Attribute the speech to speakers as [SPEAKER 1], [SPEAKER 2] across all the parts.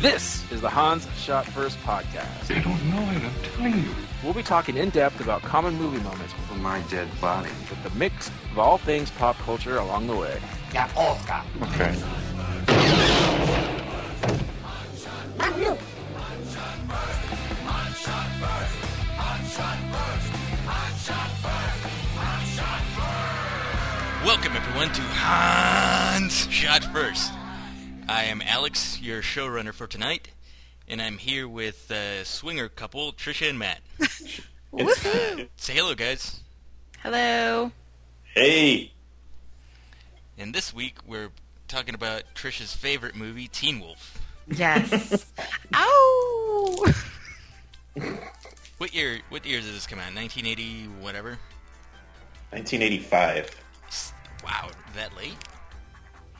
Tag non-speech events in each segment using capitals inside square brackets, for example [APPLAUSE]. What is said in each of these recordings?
[SPEAKER 1] This is the Hans Shot First podcast.
[SPEAKER 2] I don't know it, I'm telling you.
[SPEAKER 1] We'll be talking in depth about common movie moments
[SPEAKER 2] For my dead body.
[SPEAKER 1] with the mix of all things pop culture along the way.
[SPEAKER 2] Okay.
[SPEAKER 3] Welcome everyone to Hans Shot First. I am Alex, your showrunner for tonight, and I'm here with uh, swinger couple Trisha and Matt. Say hello, guys.
[SPEAKER 4] Hello.
[SPEAKER 5] Hey,
[SPEAKER 3] And this week we're talking about Trisha's favorite movie, Teen Wolf.
[SPEAKER 4] Yes. [LAUGHS] Ow!
[SPEAKER 3] What year? What year did this come out? 1980, whatever.
[SPEAKER 5] 1985.
[SPEAKER 3] S- Wow, that late?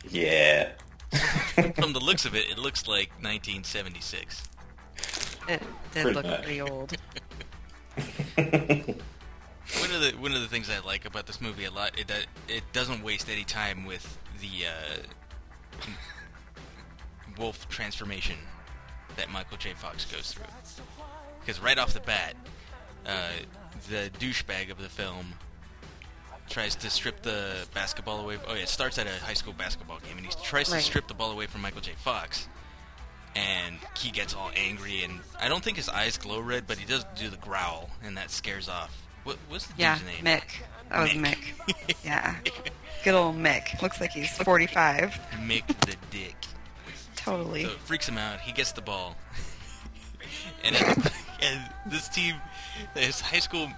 [SPEAKER 5] Yeah.
[SPEAKER 3] From the looks of it, it looks like 1976.
[SPEAKER 4] It did
[SPEAKER 5] Pretty
[SPEAKER 4] look
[SPEAKER 5] much.
[SPEAKER 4] pretty old.
[SPEAKER 3] One of the one of the things I like about this movie a lot is that it doesn't waste any time with the uh, wolf transformation that Michael J. Fox goes through. Because right off the bat, uh, the douchebag of the film tries to strip the basketball away. Oh yeah, it starts at a high school basketball game, and he tries to
[SPEAKER 4] Right.
[SPEAKER 3] strip the ball away from Michael J. Fox. And he gets all angry, and I don't think his eyes glow red, but he does do the growl, and that scares off. What, what's the
[SPEAKER 4] Yeah,
[SPEAKER 3] dude's name?
[SPEAKER 4] Mick. That was Mick. yeah. Good old Mick. Looks like he's 45.
[SPEAKER 3] Mick the Dick.
[SPEAKER 4] Totally.
[SPEAKER 3] So it freaks him out. He gets the ball, [LAUGHS] and [LAUGHS] it, and this team, this high school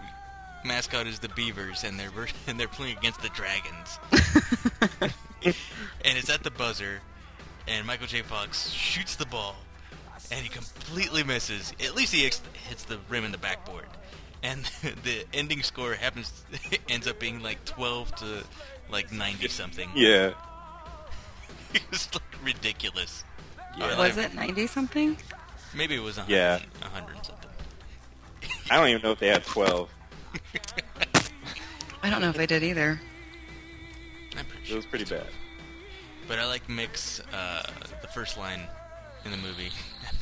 [SPEAKER 3] mascot is the Beavers, and they're vers- [LAUGHS] and they're playing against the Dragons. and it's at the buzzer, and Michael J. Fox shoots the ball, and he completely misses. At least he ex- hits the rim and the backboard. And [LAUGHS] the ending score happens [LAUGHS] ends up being like 12 to like 90 something. [LAUGHS]
[SPEAKER 2] Yeah.
[SPEAKER 3] It was like ridiculous.
[SPEAKER 2] Yeah.
[SPEAKER 3] Uh,
[SPEAKER 4] Was it 90 something?
[SPEAKER 3] Maybe it was a
[SPEAKER 2] Yeah.
[SPEAKER 3] hundred, a hundred and something.
[SPEAKER 2] I don't even know if they had 12.
[SPEAKER 4] I don't know if they did either.
[SPEAKER 3] I'm pretty
[SPEAKER 2] It
[SPEAKER 3] sure.
[SPEAKER 2] was pretty bad.
[SPEAKER 3] But I like Mick's uh, the first line in the movie.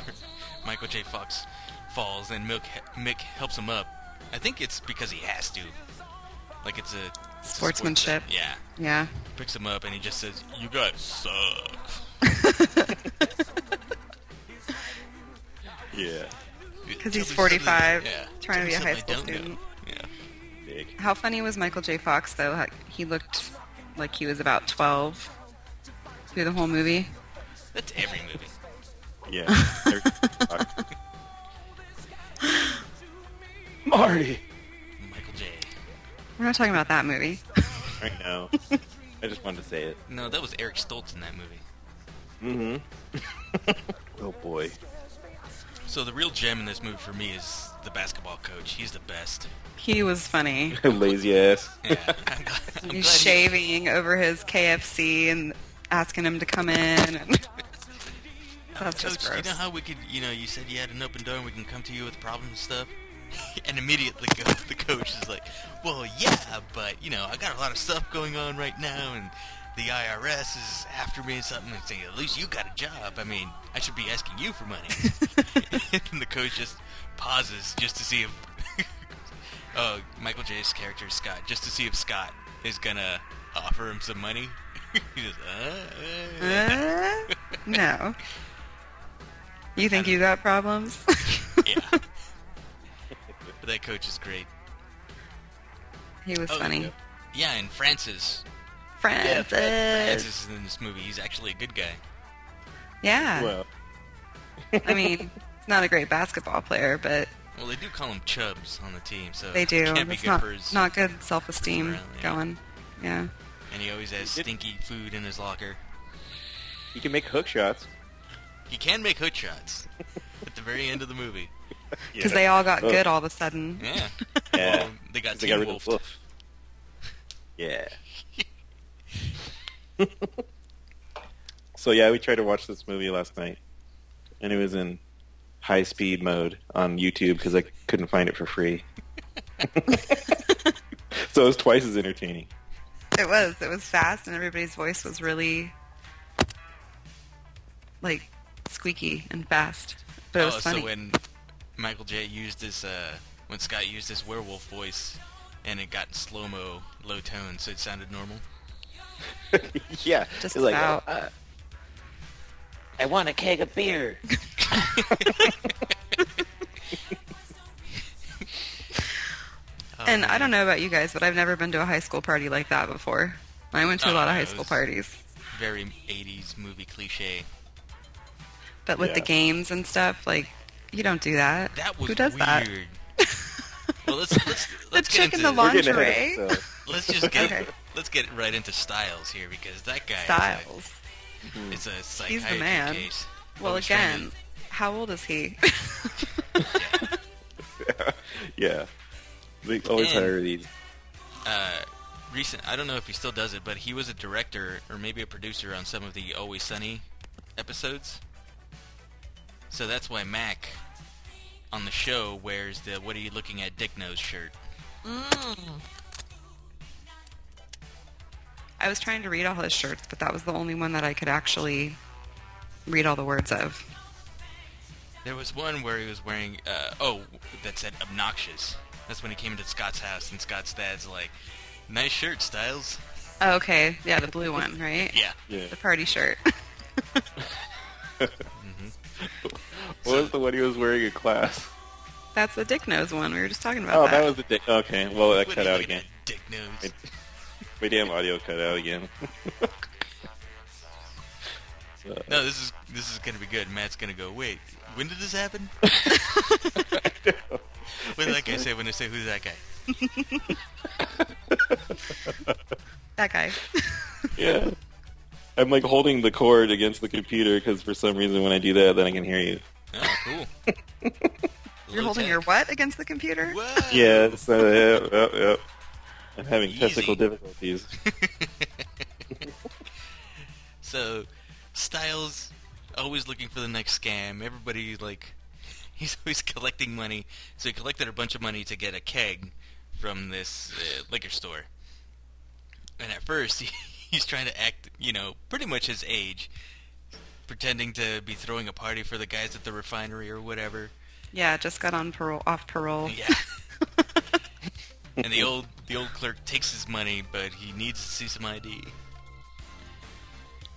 [SPEAKER 3] [LAUGHS] Michael J. Fox falls and Mick Mick helps him up. I think it's because he has to. Like it's a it's a sport-
[SPEAKER 4] Sportsmanship.
[SPEAKER 3] yeah,
[SPEAKER 4] Yeah.
[SPEAKER 3] picks him up and he just says, "You guys suck."
[SPEAKER 2] Yeah.
[SPEAKER 4] Because he's
[SPEAKER 3] Tell me
[SPEAKER 4] 45,
[SPEAKER 3] something- yeah.
[SPEAKER 4] trying to be a
[SPEAKER 3] Tell me
[SPEAKER 4] high
[SPEAKER 3] something I
[SPEAKER 4] school
[SPEAKER 3] don't
[SPEAKER 4] student.
[SPEAKER 3] know. Yeah.
[SPEAKER 2] Big.
[SPEAKER 4] How funny was Michael J. Fox, though? How- He looked like he was about 12 through the whole movie.
[SPEAKER 3] That's every movie.
[SPEAKER 2] [LAUGHS] Yeah.
[SPEAKER 1] Marty!
[SPEAKER 3] Michael J.
[SPEAKER 4] We're not talking about that movie.
[SPEAKER 2] I know. I just wanted to say it.
[SPEAKER 3] No, that was Eric Stoltz in that movie.
[SPEAKER 2] Mm-hmm. oh boy.
[SPEAKER 3] So the real gem in this movie for me is the basketball coach. He's the best.
[SPEAKER 4] He was funny.
[SPEAKER 2] Lazy ass.
[SPEAKER 3] Yeah, I'm glad, I'm glad
[SPEAKER 4] He's
[SPEAKER 3] he-
[SPEAKER 4] shaving over his KFC and asking him to come in. [LAUGHS] And That's
[SPEAKER 3] Coach,
[SPEAKER 4] just
[SPEAKER 3] you
[SPEAKER 4] gross.
[SPEAKER 3] know how we could, you know, you said you had an open door and we can come to you with problems and stuff? [LAUGHS] and immediately go, the coach is like, well, yeah, but, you know, I got a lot of stuff going on right now and the IRS is after me and something and saying, at least you got a job. I mean, I should be asking you for
[SPEAKER 4] [LAUGHS]
[SPEAKER 3] money. and the coach just pauses just to see if [LAUGHS] uh, Michael J's character, Scott, just to see if Scott is going to offer him some money. [LAUGHS] he just, uh, uh,
[SPEAKER 4] Uh, no. You think you got problems? [LAUGHS]
[SPEAKER 3] yeah. but that coach is great.
[SPEAKER 4] he was
[SPEAKER 3] Oh,
[SPEAKER 4] funny.
[SPEAKER 3] yeah. Yeah, and Francis.
[SPEAKER 4] Francis.
[SPEAKER 3] Francis is in this movie. He's actually a good guy.
[SPEAKER 4] Yeah.
[SPEAKER 2] Well,
[SPEAKER 4] I mean, he's not a great basketball player, but
[SPEAKER 3] Well, they do call him Chubbs on the team, so
[SPEAKER 4] they do.
[SPEAKER 3] Can't be
[SPEAKER 4] It's
[SPEAKER 3] good
[SPEAKER 4] not,
[SPEAKER 3] for his.
[SPEAKER 4] not good self-esteem
[SPEAKER 3] morale, yeah.
[SPEAKER 4] going. Yeah.
[SPEAKER 3] And he always has
[SPEAKER 2] He did-
[SPEAKER 3] stinky food in his locker.
[SPEAKER 2] he can make
[SPEAKER 4] [LAUGHS]
[SPEAKER 2] hook shots.
[SPEAKER 3] He can make hook shots at the very end of
[SPEAKER 4] [LAUGHS]
[SPEAKER 3] the movie.
[SPEAKER 4] Because they all got good all of a sudden. [LAUGHS]
[SPEAKER 3] Yeah.
[SPEAKER 2] Yeah.
[SPEAKER 3] Well, [LAUGHS] they got
[SPEAKER 2] They got
[SPEAKER 3] team
[SPEAKER 2] rid of
[SPEAKER 3] wolfed.
[SPEAKER 2] Wolf.
[SPEAKER 3] [LAUGHS]
[SPEAKER 2] Yeah. so yeah, we tried to watch this movie last night, and it was in high speed mode on YouTube because I couldn't find it for free. [LAUGHS] So it was twice as entertaining. [LAUGHS]
[SPEAKER 4] It was. It was fast, and everybody's voice was really like squeaky and fast, but it was
[SPEAKER 3] oh,
[SPEAKER 4] funny.
[SPEAKER 3] so when Michael J used his, uh, when Scott used his werewolf voice, and it got slow mo, low tone, so it sounded normal.
[SPEAKER 2] yeah.
[SPEAKER 4] Just
[SPEAKER 2] it's like,
[SPEAKER 4] about.
[SPEAKER 2] uh,
[SPEAKER 5] I want a keg of beer.
[SPEAKER 3] Oh,
[SPEAKER 4] and I
[SPEAKER 3] man.
[SPEAKER 4] don't know about you guys, but I've never been to a high school party like that before. I went to a
[SPEAKER 3] Oh,
[SPEAKER 4] lot of
[SPEAKER 3] yeah,
[SPEAKER 4] high
[SPEAKER 3] it
[SPEAKER 4] school
[SPEAKER 3] was-
[SPEAKER 4] parties,
[SPEAKER 3] Very 80s movie cliche.
[SPEAKER 4] but with the
[SPEAKER 2] Yeah.
[SPEAKER 4] games and stuff, like you don't do that.
[SPEAKER 3] That was
[SPEAKER 4] Who does
[SPEAKER 3] weird.
[SPEAKER 4] that? [LAUGHS]
[SPEAKER 3] well, let's let's let's
[SPEAKER 4] chick
[SPEAKER 3] get
[SPEAKER 4] in
[SPEAKER 3] into
[SPEAKER 4] the
[SPEAKER 2] we're getting ahead of
[SPEAKER 4] Lingerie?
[SPEAKER 2] ourselves.
[SPEAKER 3] let's just get
[SPEAKER 4] Okay.
[SPEAKER 3] let's get right into Styles here because that guy
[SPEAKER 4] Styles.
[SPEAKER 3] is a, is a
[SPEAKER 4] He's the
[SPEAKER 3] psychiatry
[SPEAKER 4] man.
[SPEAKER 3] case.
[SPEAKER 4] Well,
[SPEAKER 3] Always trying
[SPEAKER 4] again, how old is he? [LAUGHS]
[SPEAKER 2] Yeah. They always
[SPEAKER 3] And-
[SPEAKER 2] hire these.
[SPEAKER 3] to, uh, recent. I don't know if he still does it, but he was a director or maybe a producer on some of the Always Sunny episodes. So that's why Mac on the show wears the "What are you looking at, Dick Nose?" shirt.
[SPEAKER 4] I was trying to read all his shirts, but that was the only one that I could actually read all the words of.
[SPEAKER 3] There was one where he was wearing, uh, oh, that said obnoxious. That's when he came into Scott's house, and Scott's dad's like, nice shirt, Styles.
[SPEAKER 4] Oh, okay, yeah, the blue one, right?
[SPEAKER 3] Yeah.
[SPEAKER 2] Yeah.
[SPEAKER 4] The party shirt. [LAUGHS]
[SPEAKER 2] What was the one he was wearing in class?
[SPEAKER 4] That's the dick nose one. We were just talking about
[SPEAKER 2] Oh,
[SPEAKER 4] that.
[SPEAKER 2] that was the dick. Okay, well, that
[SPEAKER 3] What are
[SPEAKER 2] cut
[SPEAKER 3] you
[SPEAKER 2] out
[SPEAKER 3] looking
[SPEAKER 2] again.
[SPEAKER 3] at, Dick nose.
[SPEAKER 2] It- My damn audio cut out again.
[SPEAKER 3] No, this is this is gonna be good. Matt's gonna go. Wait, when did this
[SPEAKER 2] [LAUGHS]
[SPEAKER 3] happen? What did that guy say when I say who's that guy?
[SPEAKER 4] that
[SPEAKER 3] [LAUGHS]
[SPEAKER 4] guy.
[SPEAKER 2] yeah. I'm like holding the cord against the computer because for some reason when I do that, then I can hear you.
[SPEAKER 3] Oh, [LAUGHS] cool.
[SPEAKER 4] You're holding your
[SPEAKER 3] Low-tech.
[SPEAKER 4] what against the computer?
[SPEAKER 3] Whoa.
[SPEAKER 2] Yeah, so, uh, yep, yep, yep. I'm having
[SPEAKER 3] Easy.
[SPEAKER 2] testicle difficulties.
[SPEAKER 3] [LAUGHS] So, Styles always looking for the next scam. Everybody like [LAUGHS] he's always collecting money. So he collected a bunch of money to get a keg from this uh, liquor store. And at first, [LAUGHS] he, he's trying to act, you know, pretty much his age, pretending to be throwing a party for the guys at the refinery or whatever.
[SPEAKER 4] Yeah, just got on parole, off parole.
[SPEAKER 3] Oh, [LAUGHS] Yeah. and the old the old clerk takes his money, but he needs to see some ID.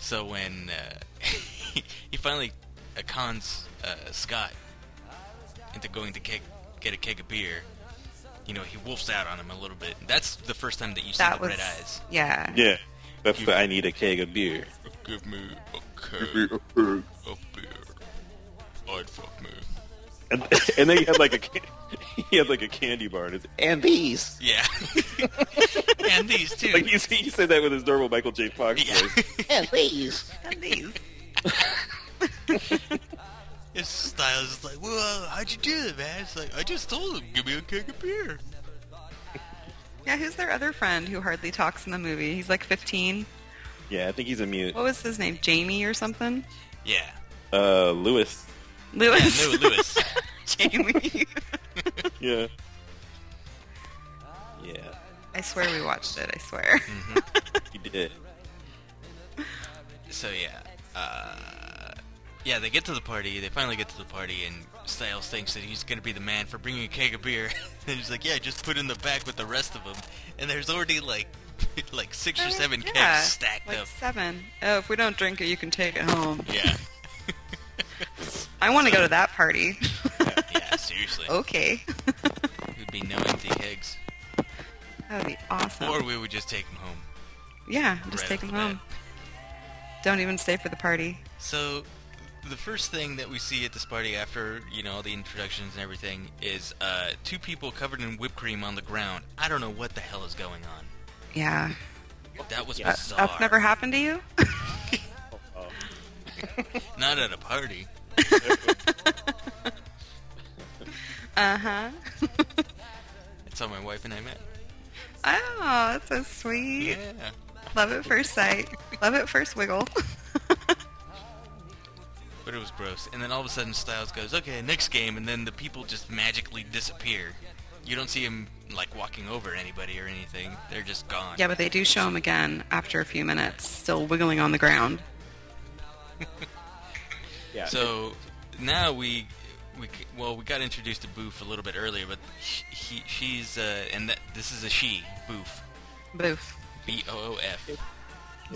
[SPEAKER 3] So when uh, [LAUGHS] he finally uh, cons uh, Scott into going to keg, get a keg of beer, you know he wolfs out on him a little bit. That's the first time that you see
[SPEAKER 4] that
[SPEAKER 3] the
[SPEAKER 4] was
[SPEAKER 3] [LAUGHS] red eyes.
[SPEAKER 4] yeah.
[SPEAKER 2] Yeah, that's the I need a keg of beer.
[SPEAKER 3] Give me a keg
[SPEAKER 2] and
[SPEAKER 3] of beer. I'd fuck me.
[SPEAKER 2] and [LAUGHS] then he had like a [LAUGHS] ca- he had like a candy bar. And, it's, and these,
[SPEAKER 3] Yeah. [LAUGHS] and these two.
[SPEAKER 2] like he, s- he said that with his normal Michael J. Fox
[SPEAKER 3] Yeah.
[SPEAKER 2] voice.
[SPEAKER 4] And these.
[SPEAKER 3] His style is like, well, how'd you do that, man? It's like, I just told him, give me a keg of beer.
[SPEAKER 4] Yeah, who's their other friend who hardly talks in the movie? He's like 15.
[SPEAKER 2] [LAUGHS] Yeah, I think he's a mute.
[SPEAKER 4] What was his name? Jamie or something?
[SPEAKER 3] Yeah.
[SPEAKER 2] Uh, Lewis.
[SPEAKER 4] Lewis.
[SPEAKER 3] No, Lewis.
[SPEAKER 4] [LAUGHS]
[SPEAKER 3] [LAUGHS]
[SPEAKER 4] Jamie.
[SPEAKER 2] Yeah. Yeah,
[SPEAKER 4] I swear we watched it. I
[SPEAKER 3] Mm,
[SPEAKER 4] swear.
[SPEAKER 2] he did.
[SPEAKER 3] so, yeah. Uh, yeah, they get to the party. They finally get to the party, and Styles thinks that he's going to be the man for bringing a keg of beer. [LAUGHS] and he's like, yeah, just put it in the back with the rest of them. And there's already, like, [LAUGHS] like six or seven
[SPEAKER 4] Uh, Yeah,
[SPEAKER 3] kegs stacked
[SPEAKER 4] like
[SPEAKER 3] up.
[SPEAKER 4] [LAUGHS] seven. Oh, if we don't drink it, you can take it home.
[SPEAKER 3] Yeah.
[SPEAKER 4] I want to go to that party.
[SPEAKER 3] [LAUGHS] Yeah, seriously.
[SPEAKER 4] [LAUGHS] okay. [LAUGHS]
[SPEAKER 3] It'd be no empty kegs.
[SPEAKER 4] That would be awesome.
[SPEAKER 3] Or we would just take them home.
[SPEAKER 4] yeah, just
[SPEAKER 3] right
[SPEAKER 4] take
[SPEAKER 3] off
[SPEAKER 4] them
[SPEAKER 3] the bat.
[SPEAKER 4] home. Don't even stay for the party.
[SPEAKER 3] So, the first thing that we see at this party after, you know, all the introductions and everything is uh, two people covered in whipped cream on the ground. I don't know what the hell is going on.
[SPEAKER 4] Yeah.
[SPEAKER 3] That was
[SPEAKER 4] That-
[SPEAKER 3] bizarre.
[SPEAKER 4] That's never happened to you?
[SPEAKER 3] Not at a party.
[SPEAKER 4] Uh huh.
[SPEAKER 3] That's how my wife and I met.
[SPEAKER 4] [LAUGHS] Oh, that's so sweet.
[SPEAKER 3] Yeah.
[SPEAKER 4] Love at first sight. Love at first wiggle. [LAUGHS]
[SPEAKER 3] But it was gross. And then all of a sudden Styles goes, okay, next game. And then the people just magically disappear. You don't see him like walking over anybody or anything. They're just gone.
[SPEAKER 4] Yeah, but they do show him again after a few minutes, still wiggling on the ground.
[SPEAKER 2] Yeah.
[SPEAKER 3] So now we, we c- well, we got introduced to Boof a little bit earlier, but sh- he, she's uh, and that this is a she, Boof,
[SPEAKER 4] Boof.
[SPEAKER 3] B O O F.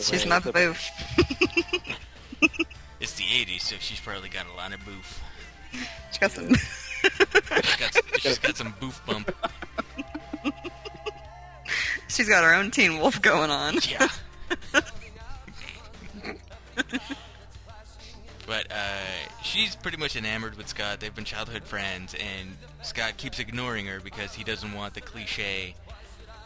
[SPEAKER 4] She's not
[SPEAKER 2] the
[SPEAKER 4] boof. [LAUGHS]
[SPEAKER 3] It's the '80s, so she's probably got a lot of Boof.
[SPEAKER 4] She got some.
[SPEAKER 3] She's got, s- she's got some Boof bump.
[SPEAKER 4] [LAUGHS] She's got her own Teen Wolf going on.
[SPEAKER 3] Yeah. [LAUGHS] but uh, she's pretty much enamored with Scott. They've been childhood friends, and Scott keeps ignoring her because he doesn't want the cliche,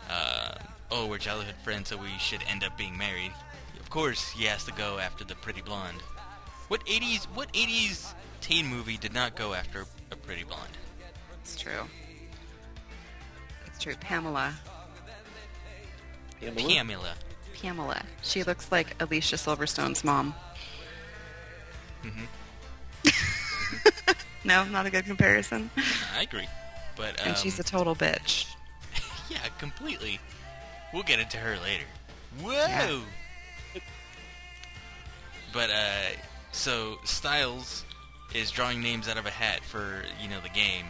[SPEAKER 3] uh, "Oh, we're childhood friends, so we should end up being married." Of course, he has to go after the pretty blonde. What '80s? What '80s teen movie did not go after a pretty blonde?
[SPEAKER 4] It's true. It's true. Pamela.
[SPEAKER 3] Pamela.
[SPEAKER 4] Pamela. She looks like Alicia Silverstone's mom.
[SPEAKER 3] hmm
[SPEAKER 4] [LAUGHS] No, not a good comparison.
[SPEAKER 3] I agree. But um,
[SPEAKER 4] and she's a total bitch.
[SPEAKER 3] [LAUGHS] Yeah, completely. We'll get into her later. Whoa!
[SPEAKER 4] Yeah.
[SPEAKER 3] But uh, so Styles is drawing names out of a hat for you know the game,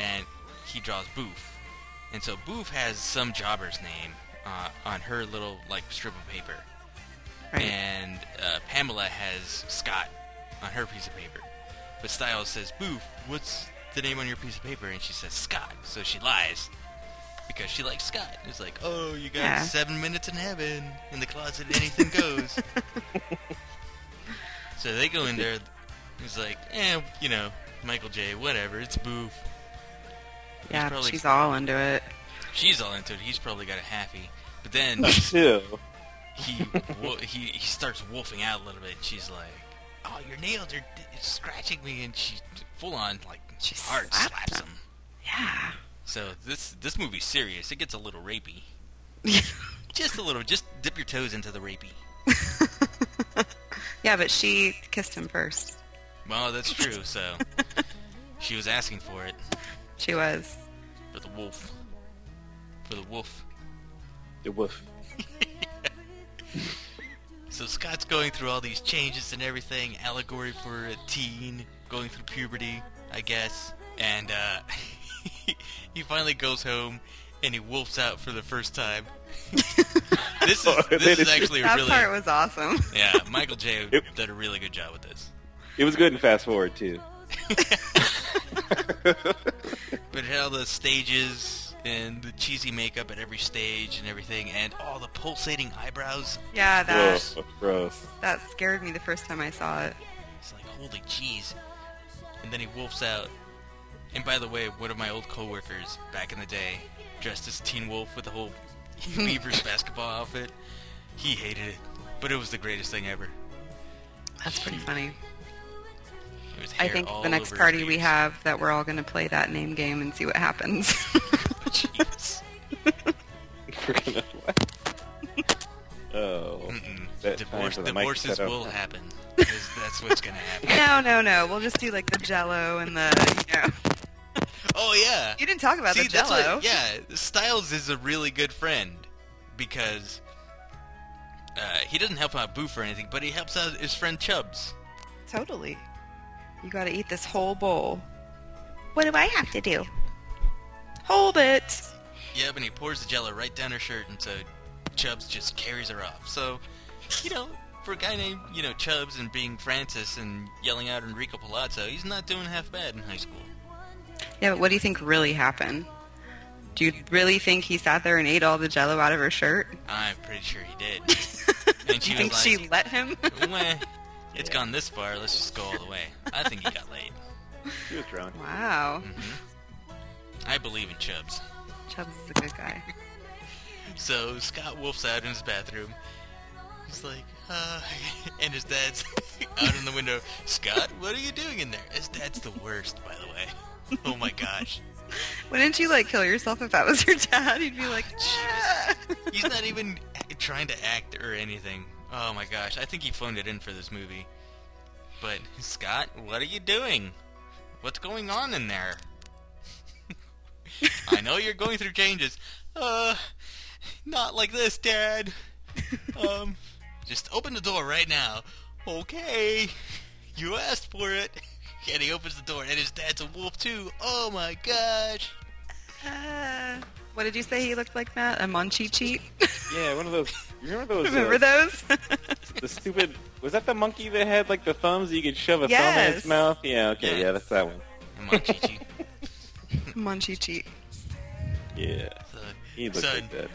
[SPEAKER 3] and he draws Boof, and so Boof has some jobber's name uh, on her little like strip of paper,
[SPEAKER 4] Right.
[SPEAKER 3] and uh, Pamela has Scott on her piece of paper, but Styles says Boof, what's the name on your piece of paper? And she says Scott, so she lies because she likes Scott. It's like, oh, you got
[SPEAKER 4] Yeah.
[SPEAKER 3] seven minutes in heaven. In the closet, anything
[SPEAKER 4] [LAUGHS]
[SPEAKER 3] goes. so they go in there. He's like, eh, you know, Michael J, whatever. It's boof.
[SPEAKER 4] yeah,
[SPEAKER 3] probably-
[SPEAKER 4] she's all into it.
[SPEAKER 3] She's all into it. He's probably got a happy.
[SPEAKER 4] [LAUGHS]
[SPEAKER 3] But then
[SPEAKER 2] [LAUGHS] Ew.
[SPEAKER 3] he, wo- he he starts wolfing out a little bit. She's like, oh, your nails are d- scratching me, and she full on like
[SPEAKER 4] She
[SPEAKER 3] hard
[SPEAKER 4] slapped
[SPEAKER 3] slaps
[SPEAKER 4] him.
[SPEAKER 3] him.
[SPEAKER 4] Yeah. [LAUGHS]
[SPEAKER 3] So this this movie's serious. It gets a little rapey. Just a little. Just dip your toes into the rapey.
[SPEAKER 4] yeah, but she kissed him first.
[SPEAKER 3] Well, that's true.
[SPEAKER 4] [LAUGHS]
[SPEAKER 3] So she was asking for it
[SPEAKER 4] She was.
[SPEAKER 3] for the wolf. For the wolf.
[SPEAKER 2] The woof.
[SPEAKER 3] So Scott's going through all these changes and everything, allegory for a teen going through puberty, I guess. And uh, [LAUGHS] he finally goes home and he wolfs out for the first time. this is this is actually a
[SPEAKER 4] That
[SPEAKER 3] really
[SPEAKER 4] part was awesome.
[SPEAKER 3] [LAUGHS] yeah. Michael J.
[SPEAKER 2] Yep.
[SPEAKER 3] did a really good job with this.
[SPEAKER 2] It was good and fast forward too.
[SPEAKER 3] But it had all the stages and the cheesy makeup at every stage and everything, and all the pulsating eyebrows.
[SPEAKER 4] Yeah, that
[SPEAKER 2] Gross. Oh, Gross.
[SPEAKER 4] that scared me the first time I saw it.
[SPEAKER 3] It's like, holy jeez. And then he wolfs out. And by the way, one of my old coworkers back in the day, dressed as Teen Wolf with the whole [LAUGHS] Beavers basketball outfit, he hated it. But it was the greatest thing ever.
[SPEAKER 4] That's pretty funny.
[SPEAKER 3] It was
[SPEAKER 4] I
[SPEAKER 3] hair
[SPEAKER 4] think
[SPEAKER 3] all
[SPEAKER 4] the next
[SPEAKER 3] over his
[SPEAKER 4] party we
[SPEAKER 3] Beavers.
[SPEAKER 4] have that we're all going to play that name game and see what happens. [LAUGHS]
[SPEAKER 3] Jeez.
[SPEAKER 2] We're gonna laugh. Oh.
[SPEAKER 3] Mm-mm.
[SPEAKER 2] [LAUGHS] That time
[SPEAKER 3] Divorce,
[SPEAKER 2] for the mic
[SPEAKER 3] divorces
[SPEAKER 2] set up.
[SPEAKER 3] will happen. 'Cause
[SPEAKER 2] [LAUGHS]
[SPEAKER 3] That's what's gonna happen.
[SPEAKER 4] no, no, no. We'll just do like the Jello and the you know.
[SPEAKER 3] Oh yeah.
[SPEAKER 4] You didn't talk about
[SPEAKER 3] See,
[SPEAKER 4] the
[SPEAKER 3] that's
[SPEAKER 4] Jello.
[SPEAKER 3] what- yeah, Styles is a really good friend because uh, he doesn't help out Boof or anything, but he helps out his friend Chubbs.
[SPEAKER 4] Totally. You got to eat this whole bowl. What do I have to do? Hold it.
[SPEAKER 3] Yep, and he pours the jello right down her shirt, and so Chubbs just carries her off. So, you know, for a guy named you know Chubbs and being Francis and yelling out Enrico Palazzo, he's not doing half bad in high school.
[SPEAKER 4] Yeah, but what do you think really happened? Do you really think he sat there and ate all the jello out of her shirt? [LAUGHS]
[SPEAKER 3] I'm pretty sure he did.
[SPEAKER 4] do
[SPEAKER 3] she
[SPEAKER 4] you think
[SPEAKER 3] was
[SPEAKER 4] she
[SPEAKER 3] like-
[SPEAKER 4] let
[SPEAKER 3] [LAUGHS]
[SPEAKER 4] him?
[SPEAKER 3] Meh, it's gone this far. Let's just go all the way. I think he got laid.
[SPEAKER 2] He was drunk.
[SPEAKER 4] wow.
[SPEAKER 3] I believe in Chubbs.
[SPEAKER 4] Chubbs is a good guy.
[SPEAKER 3] So Scott wolfs out in his bathroom. He's like, uh, [LAUGHS] and his dad's [LAUGHS] out in the window. Scott, what are you doing in there? His dad's the worst, by the way. [LAUGHS] Oh my gosh.
[SPEAKER 4] Wouldn't you like kill yourself if that was your dad? You'd be
[SPEAKER 3] [LAUGHS]
[SPEAKER 4] like,
[SPEAKER 3] Jeez. He's not even trying to act or anything. Oh my gosh. I think he phoned it in for this movie. But, Scott, what are you doing? What's going on in there? [LAUGHS] I know you're going through changes. Uh, not like this, Dad. Um, just open the door right now. Okay. You asked for it. [LAUGHS] And he opens the door, and his dad's a wolf too. Oh my gosh. [LAUGHS]
[SPEAKER 4] Uh, what did you say he looked like, Matt? A munchie
[SPEAKER 3] [LAUGHS]
[SPEAKER 4] cheat?
[SPEAKER 2] Yeah, one of those. You [LAUGHS] remember those?
[SPEAKER 4] Remember
[SPEAKER 2] uh,
[SPEAKER 4] those? [LAUGHS]
[SPEAKER 2] The stupid. Was that the monkey that had like the thumbs? You could shove a thumb in
[SPEAKER 4] Yes.
[SPEAKER 2] its mouth. Yeah. Okay.
[SPEAKER 3] Yes.
[SPEAKER 2] Yeah, that's that one.
[SPEAKER 3] Come on, Chi-Chi.
[SPEAKER 4] munchie cheat.
[SPEAKER 2] Yeah.
[SPEAKER 3] So-
[SPEAKER 2] [LAUGHS] He looked
[SPEAKER 3] Son.
[SPEAKER 2] like that.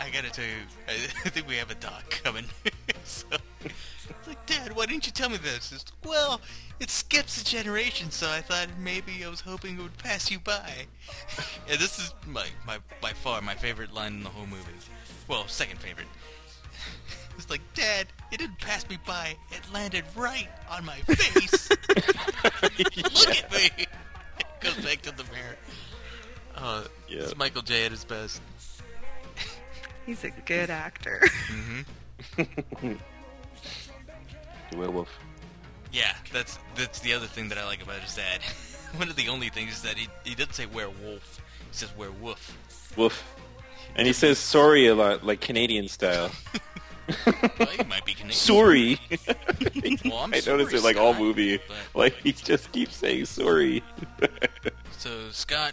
[SPEAKER 3] I gotta tell you, I [LAUGHS] I think we have a doc coming. [LAUGHS] so, it's like, Dad, why didn't you tell me this? It's, well, it skips a generation, so I thought maybe I was hoping it would pass you by. [LAUGHS] and this is my, my by far my favorite line in the whole movie. Well, second favorite. [LAUGHS] It's like, Dad, it didn't pass me by. It landed right on my face. [LAUGHS] Look at me. Goes back to the mirror. Uh,
[SPEAKER 2] Yeah.
[SPEAKER 3] It's Michael J at his best.
[SPEAKER 4] He's a good actor. [LAUGHS]
[SPEAKER 3] hmm
[SPEAKER 2] The werewolf.
[SPEAKER 3] Yeah, that's that's the other thing that I like about his dad. [LAUGHS] One of the only things is that he he doesn't say werewolf. He says werewolf.
[SPEAKER 2] Woof. And he says sorry a lot, like
[SPEAKER 3] [LAUGHS]
[SPEAKER 2] Canadian style.
[SPEAKER 3] Well, he might be Canadian.
[SPEAKER 2] Sorry.
[SPEAKER 3] Well, I'm
[SPEAKER 2] [LAUGHS] I notice
[SPEAKER 3] sorry,
[SPEAKER 2] it like all
[SPEAKER 3] Scott,
[SPEAKER 2] movie.
[SPEAKER 3] but-
[SPEAKER 2] Like he just keeps saying sorry.
[SPEAKER 3] So Scott,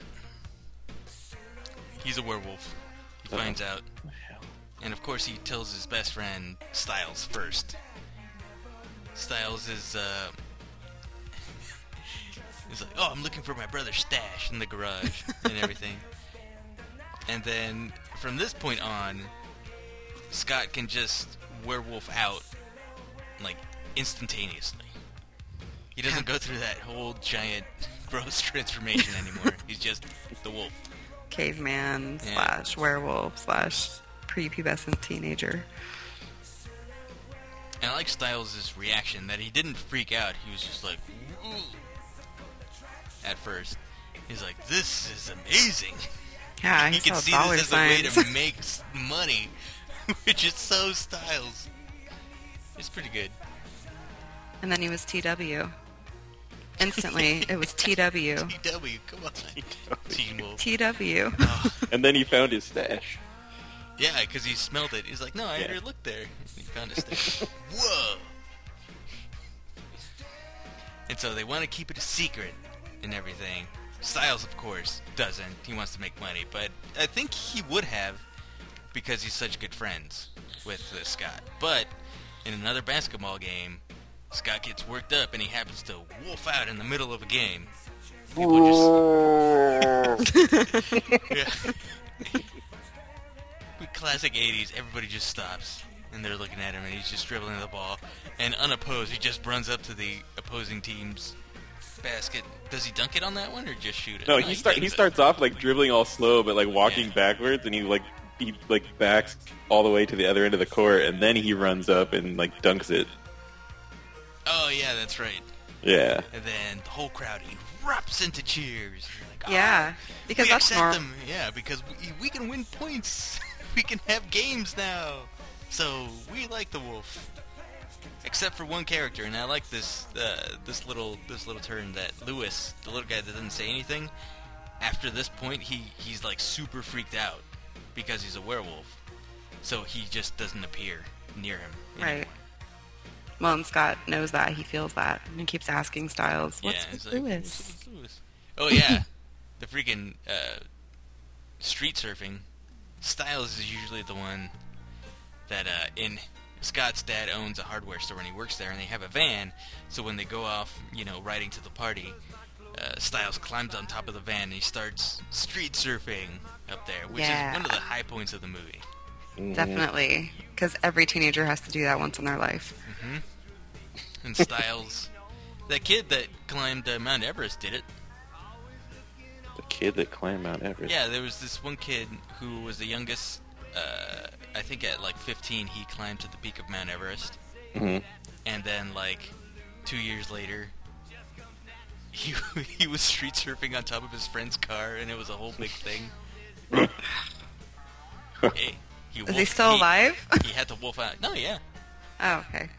[SPEAKER 3] he's a werewolf. He
[SPEAKER 2] Uh-oh.
[SPEAKER 3] finds out, and of course he tells his best friend Styles first. Styles is uh, [LAUGHS] he's like, "Oh, I'm looking for my brother's stash in the garage and everything." And then from this point on, Scott can just werewolf out like instantaneously. He doesn't go through that whole giant [LAUGHS] gross transformation anymore. He's just the wolf.
[SPEAKER 4] Caveman
[SPEAKER 3] Yeah.
[SPEAKER 4] slash werewolf slash prepubescent teenager.
[SPEAKER 3] And I like Styles' reaction that he didn't freak out. He was just like, "Ooh." At first, he's like, "This is amazing."
[SPEAKER 4] Yeah,
[SPEAKER 3] he
[SPEAKER 4] he
[SPEAKER 3] can
[SPEAKER 4] saw
[SPEAKER 3] see
[SPEAKER 4] dollar
[SPEAKER 3] this as
[SPEAKER 4] signs.
[SPEAKER 3] a way to make s- money, [LAUGHS] which is so Styles. It's pretty good.
[SPEAKER 4] [LAUGHS] and then he was TW. Instantly, it was
[SPEAKER 3] [LAUGHS]
[SPEAKER 4] TW.
[SPEAKER 3] TW, come on, Teen Wolf.
[SPEAKER 4] TW.
[SPEAKER 3] [LAUGHS]
[SPEAKER 2] And then he found his stash.
[SPEAKER 3] Yeah, because he smelled it. He's like, no, I
[SPEAKER 2] Yeah.
[SPEAKER 3] already looked there. He found a stick. Whoa! And so they want to keep it a secret and everything. Styles, of course, doesn't. He wants to make money, but I think he would have because he's such good friends with uh, Scott. But in another basketball game, Scott gets worked up and he happens to wolf out in the middle of a game. People just yeah. [LAUGHS] Classic 80s, everybody just stops and they're looking at him and he's just dribbling the ball. And unopposed, he just runs up to the opposing team's basket. Does he dunk it on that one or just shoot it?
[SPEAKER 2] No, he start, he
[SPEAKER 3] dunks it.
[SPEAKER 2] starts off like dribbling all slow, but like walking
[SPEAKER 3] Yeah.
[SPEAKER 2] backwards, and he like he like backs all the way to the other end of the court, and then he runs up and like dunks it.
[SPEAKER 3] Oh, yeah, that's right.
[SPEAKER 2] Yeah,
[SPEAKER 3] And then the whole crowd erupts into cheers. You're like, "Ah,
[SPEAKER 4] yeah, because
[SPEAKER 3] we
[SPEAKER 4] that's
[SPEAKER 3] upset
[SPEAKER 4] normal.
[SPEAKER 3] them. Yeah, because we, we can win points. [LAUGHS] we can have games now. So we like the wolf, except for one character, and I like this uh, this little this little turn that Lewis, the little guy that doesn't say anything. After this point, he he's like super freaked out because he's a werewolf, so he just doesn't appear near him. anymore.
[SPEAKER 4] Right. Well, and Scott knows that. He feels that. And he keeps asking Styles, what's
[SPEAKER 3] yeah,
[SPEAKER 4] with
[SPEAKER 3] it's like,
[SPEAKER 4] Lewis?
[SPEAKER 3] "What's with Lewis?"
[SPEAKER 4] [LAUGHS]
[SPEAKER 3] Oh yeah, the freaking uh, street surfing. Styles is usually the one that uh, in Scott's dad owns a hardware store and he works there, and they have a van. So when they go off, you know, riding to the party, uh, Styles climbs on top of the van and he starts street surfing up there, which
[SPEAKER 4] Yeah.
[SPEAKER 3] is one of the high points of the movie.
[SPEAKER 4] Definitely. Because every teenager has to do that once in their life.
[SPEAKER 3] And Styles, that kid that climbed uh, Mount Everest did it.
[SPEAKER 2] the kid that climbed Mount Everest.
[SPEAKER 3] Yeah, there was this one kid who was the youngest. Uh, I think at like 15, he climbed to the peak of Mount Everest,
[SPEAKER 2] Mhm.
[SPEAKER 3] and then like two years later, he [LAUGHS] he was street surfing on top of his friend's car, and it was a whole big thing. Hey,
[SPEAKER 4] Is
[SPEAKER 3] he
[SPEAKER 4] he
[SPEAKER 3] wolfed-
[SPEAKER 4] still alive? [LAUGHS]
[SPEAKER 3] He had to wolf out. No, yeah,
[SPEAKER 4] oh, okay.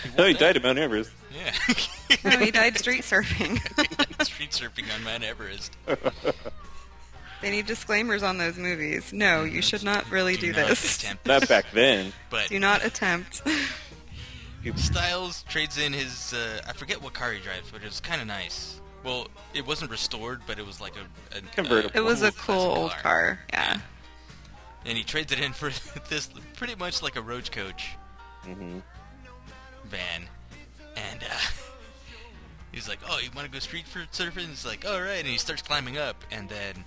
[SPEAKER 4] [LAUGHS]
[SPEAKER 2] no, he died at Mount Everest.
[SPEAKER 3] yeah.
[SPEAKER 4] No,
[SPEAKER 3] [LAUGHS]
[SPEAKER 4] he died street surfing.
[SPEAKER 3] street surfing on Mount Everest.
[SPEAKER 4] They need disclaimers on those movies. No, you should not really do,
[SPEAKER 3] Mm-hmm. not
[SPEAKER 4] this.
[SPEAKER 3] attempt
[SPEAKER 2] Not back then.
[SPEAKER 3] But
[SPEAKER 4] [LAUGHS] Do not attempt. [LAUGHS]
[SPEAKER 3] Styles trades in his, uh, I forget what car he drives, but it was kind of nice. Well, it wasn't restored, but it was like a, a
[SPEAKER 2] Convertible.
[SPEAKER 4] it was a
[SPEAKER 3] classic
[SPEAKER 4] cool old car. Yeah.
[SPEAKER 3] And he trades it in for [LAUGHS] this pretty much like a roach coach
[SPEAKER 2] hmm
[SPEAKER 3] van. And uh, [LAUGHS] he's like, "Oh, you want to go street for surfing?" He's like, "All right." And he starts climbing up, and then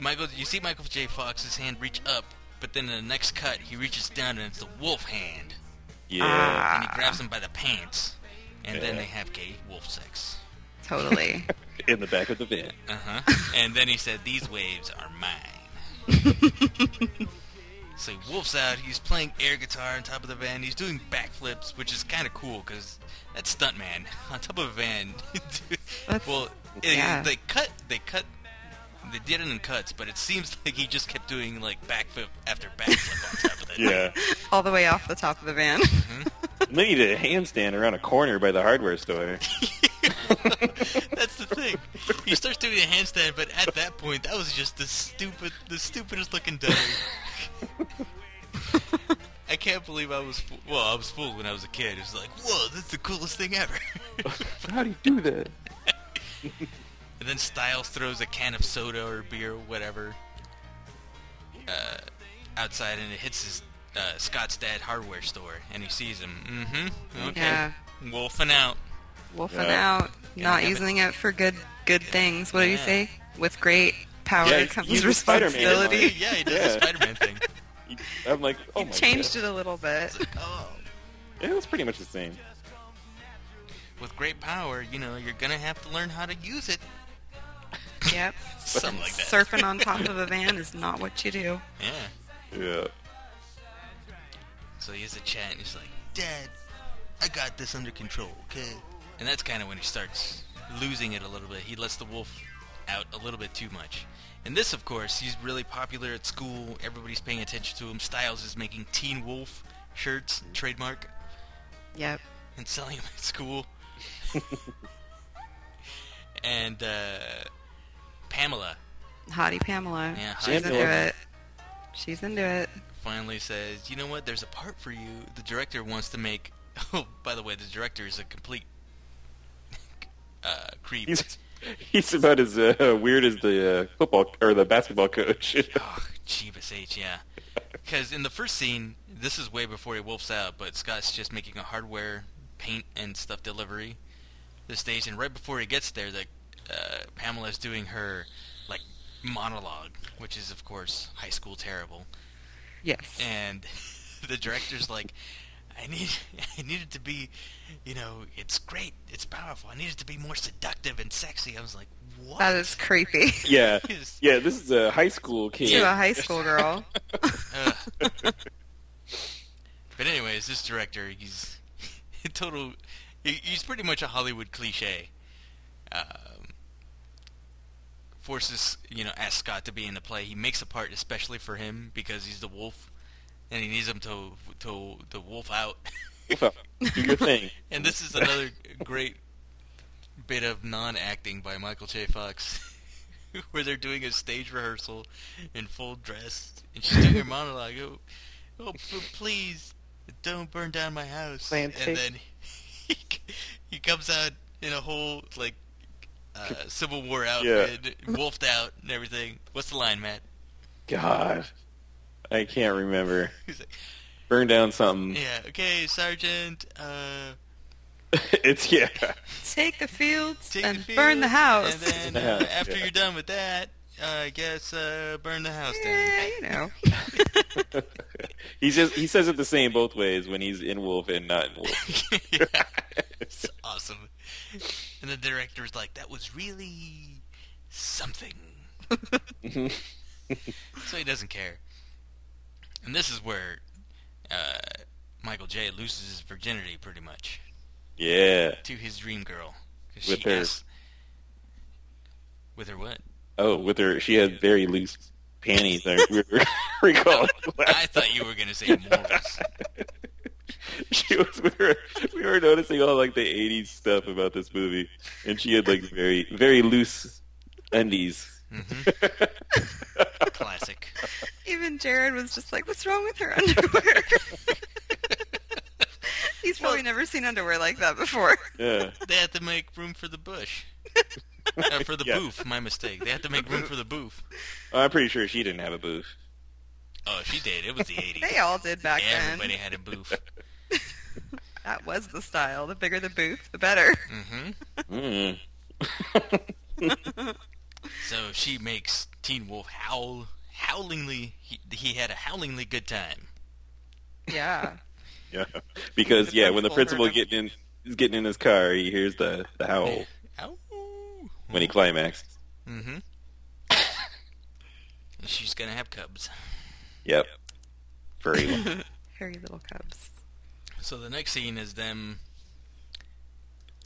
[SPEAKER 3] Michael, you see Michael J. Fox's hand reach up, but then in the next cut, he reaches down, and it's the wolf hand,
[SPEAKER 2] Yeah.
[SPEAKER 3] and he grabs him by the pants, and then
[SPEAKER 2] Yeah.
[SPEAKER 3] they have gay wolf sex. [LAUGHS]
[SPEAKER 4] Totally.
[SPEAKER 2] In the back of the van.
[SPEAKER 3] Uh huh. [LAUGHS] and then he said, "These waves are mine." so he wolf's out. He's playing air guitar on top of the van. He's doing backflips, which is kind of cool because that's stuntman [LAUGHS] on top of a van. [LAUGHS]
[SPEAKER 4] That's-
[SPEAKER 3] well, it-
[SPEAKER 4] yeah.
[SPEAKER 3] they cut. They cut. They did it in cuts, but it seems [LAUGHS] like he just kept doing like backflip after backflip on top of that.
[SPEAKER 2] [LAUGHS] Yeah.
[SPEAKER 4] All the way off the top of the van.
[SPEAKER 3] Mm-hmm.
[SPEAKER 4] [LAUGHS]
[SPEAKER 2] and then he did a handstand around a corner by the hardware store.
[SPEAKER 3] [LAUGHS] That's the thing. He starts doing a handstand, but at that point, that was just the stupid, the stupidest looking
[SPEAKER 2] [LAUGHS]
[SPEAKER 3] dummy. I can't believe I was fo- well. I was fooled when I was a kid. It was like, whoa, that's the coolest thing
[SPEAKER 2] [LAUGHS]
[SPEAKER 3] ever.
[SPEAKER 2] How do you do that?
[SPEAKER 3] [LAUGHS] and then Styles throws a can of soda or beer, or whatever, uh, outside, and it hits his uh, Scott's dad hardware store, and he sees him. Mm-hmm. Okay.
[SPEAKER 4] Yeah.
[SPEAKER 3] Wolfing out.
[SPEAKER 4] Wolfing
[SPEAKER 2] Yeah.
[SPEAKER 4] out.
[SPEAKER 3] Yeah,
[SPEAKER 4] Not
[SPEAKER 3] yeah, but-
[SPEAKER 4] using it for good good things. What do you
[SPEAKER 3] Yeah.
[SPEAKER 4] say? With great power
[SPEAKER 2] Yeah, he's
[SPEAKER 4] comes
[SPEAKER 2] a Spider-Man,
[SPEAKER 4] responsibility.
[SPEAKER 2] aren't
[SPEAKER 3] yeah, he does the
[SPEAKER 2] Yeah.
[SPEAKER 3] Spider-Man thing.
[SPEAKER 2] I'm like,
[SPEAKER 4] [LAUGHS]
[SPEAKER 2] oh
[SPEAKER 4] You
[SPEAKER 2] my
[SPEAKER 4] changed it a little bit.
[SPEAKER 3] [LAUGHS] It's like, oh.
[SPEAKER 2] God. It was pretty much the same.
[SPEAKER 3] with great power, you know, you're gonna have to learn how to use it.
[SPEAKER 4] Yep.
[SPEAKER 3] Something like that.
[SPEAKER 4] Surfing on top of a van is not what you do.
[SPEAKER 3] Yeah.
[SPEAKER 2] Yeah.
[SPEAKER 3] So he has a chat and he's like, Dad, I got this under control, okay? And that's kind of when he starts losing it a little bit. He lets the wolf out a little bit too much. And this, of course, he's really popular at school. Everybody's paying attention to him. Styles is making Teen Wolf shirts, trademark,
[SPEAKER 4] Yep.
[SPEAKER 3] and selling them at school. and uh, Pamela
[SPEAKER 4] Hottie Pamela.
[SPEAKER 3] Yeah,
[SPEAKER 4] She's
[SPEAKER 2] hottie
[SPEAKER 4] into
[SPEAKER 2] Pamela.
[SPEAKER 4] it. She's into it.
[SPEAKER 3] finally says, "You know what? There's a part for you. The director wants to make." [LAUGHS] Oh, by the way, the director is a complete [LAUGHS] uh, creep.
[SPEAKER 2] He's [LAUGHS] he's about as uh, weird as the uh, football or the basketball coach. [LAUGHS]
[SPEAKER 3] Oh, Jeebus H, yeah. Because in the first scene, this is way before he wolfs out, but Scott's just making a hardware, paint, and stuff delivery the stage, and right before he gets there, the uh, Pamela's doing her like monologue, which is of course high school terrible.
[SPEAKER 4] Yes.
[SPEAKER 3] and [LAUGHS] the director's like I need [LAUGHS] I need it to be you know, it's great, it's powerful. I need it to be more seductive and sexy. I was like, What?
[SPEAKER 4] That is creepy.
[SPEAKER 2] yeah,
[SPEAKER 3] [LAUGHS] He's-
[SPEAKER 2] yeah. This is a high school kid.
[SPEAKER 4] to a high school
[SPEAKER 3] [LAUGHS]
[SPEAKER 4] girl.
[SPEAKER 3] Ugh. but anyways, this director, he's [LAUGHS] a total he- he's pretty much a Hollywood cliche. Um, forces, you know, asks Scott to be in the play. He makes a part especially for him because he's the wolf and he needs him to to to wolf out. [LAUGHS]
[SPEAKER 2] Do your thing.
[SPEAKER 3] And this is another great bit of non-acting by Michael J. Fox, [LAUGHS] where they're doing a stage rehearsal in full dress, and she's doing her monologue. Oh, oh p- please, don't burn down my house. And
[SPEAKER 5] Landscape.
[SPEAKER 3] then [LAUGHS] he, he comes out in a whole like uh, Civil War outfit, wolfed out and everything. What's the line, Matt? [LAUGHS]
[SPEAKER 2] God, I can't remember.
[SPEAKER 3] He's like,
[SPEAKER 2] Burn down something.
[SPEAKER 3] yeah, okay, Sergeant. Uh,
[SPEAKER 2] [LAUGHS] it's yeah.
[SPEAKER 4] [LAUGHS] Take the fields
[SPEAKER 3] Take
[SPEAKER 4] and
[SPEAKER 3] the field,
[SPEAKER 4] burn the house. [LAUGHS]
[SPEAKER 3] And then
[SPEAKER 2] The
[SPEAKER 3] uh,
[SPEAKER 2] house,
[SPEAKER 3] after
[SPEAKER 2] [LAUGHS] yeah.
[SPEAKER 3] you're done with that, uh, I guess uh, burn the house down.
[SPEAKER 4] yeah, you know.
[SPEAKER 3] [LAUGHS]
[SPEAKER 2] he's just he says it the same both ways when he's in Wolf and not in Wolf.
[SPEAKER 3] [LAUGHS]
[SPEAKER 2] [LAUGHS]
[SPEAKER 3] Yeah. it's awesome. And the director was like, "That was really something."
[SPEAKER 2] Mm-hmm.
[SPEAKER 3] [LAUGHS] so he doesn't care. And this is where uh, Michael J. loses his virginity, pretty much,
[SPEAKER 2] yeah.
[SPEAKER 3] to his dream girl. 'Cause
[SPEAKER 2] With
[SPEAKER 3] she
[SPEAKER 2] her-
[SPEAKER 3] asks- with her what?
[SPEAKER 2] Oh, with her, she had very loose panties. I re- [LAUGHS] recall.
[SPEAKER 3] [LAUGHS] I thought you were gonna say
[SPEAKER 2] [LAUGHS]
[SPEAKER 3] morals.
[SPEAKER 2] she was we were we were noticing all like the '80s stuff about this movie, and she had like very very loose undies. Mm-hmm.
[SPEAKER 3] Classic. [LAUGHS]
[SPEAKER 4] Even Jared was just like, "What's wrong with her underwear?" [LAUGHS] He's probably never seen underwear like that before.
[SPEAKER 2] [LAUGHS] Yeah.
[SPEAKER 3] They had to make room for the
[SPEAKER 2] [LAUGHS]
[SPEAKER 3] bush. Uh, for the
[SPEAKER 2] Yeah.
[SPEAKER 3] booth, my mistake. They had to make room for the booth.
[SPEAKER 2] I'm pretty sure she didn't have a booth.
[SPEAKER 3] Oh, she did. It was the 80s.
[SPEAKER 4] They all did back
[SPEAKER 3] Everybody
[SPEAKER 4] then.
[SPEAKER 3] had a booth.
[SPEAKER 4] That was the style. The bigger the booth, the
[SPEAKER 3] [LAUGHS]
[SPEAKER 4] better.
[SPEAKER 3] hmm
[SPEAKER 2] Mm.
[SPEAKER 3] So she makes Teen Wolf howl. Howlingly, he, he had a howlingly good time.
[SPEAKER 4] Yeah.
[SPEAKER 2] Yeah. Because
[SPEAKER 4] The
[SPEAKER 2] yeah, when the
[SPEAKER 4] principal
[SPEAKER 2] principal
[SPEAKER 4] heard him.
[SPEAKER 2] getting in is getting in his car, he hears the, the howl
[SPEAKER 3] Ow.
[SPEAKER 2] when he climaxes.
[SPEAKER 3] Mm-hmm. [COUGHS] She's gonna have cubs.
[SPEAKER 2] Yep.
[SPEAKER 4] [LAUGHS]
[SPEAKER 2] Very long.
[SPEAKER 4] Hairy little cubs.
[SPEAKER 3] So the next scene is them,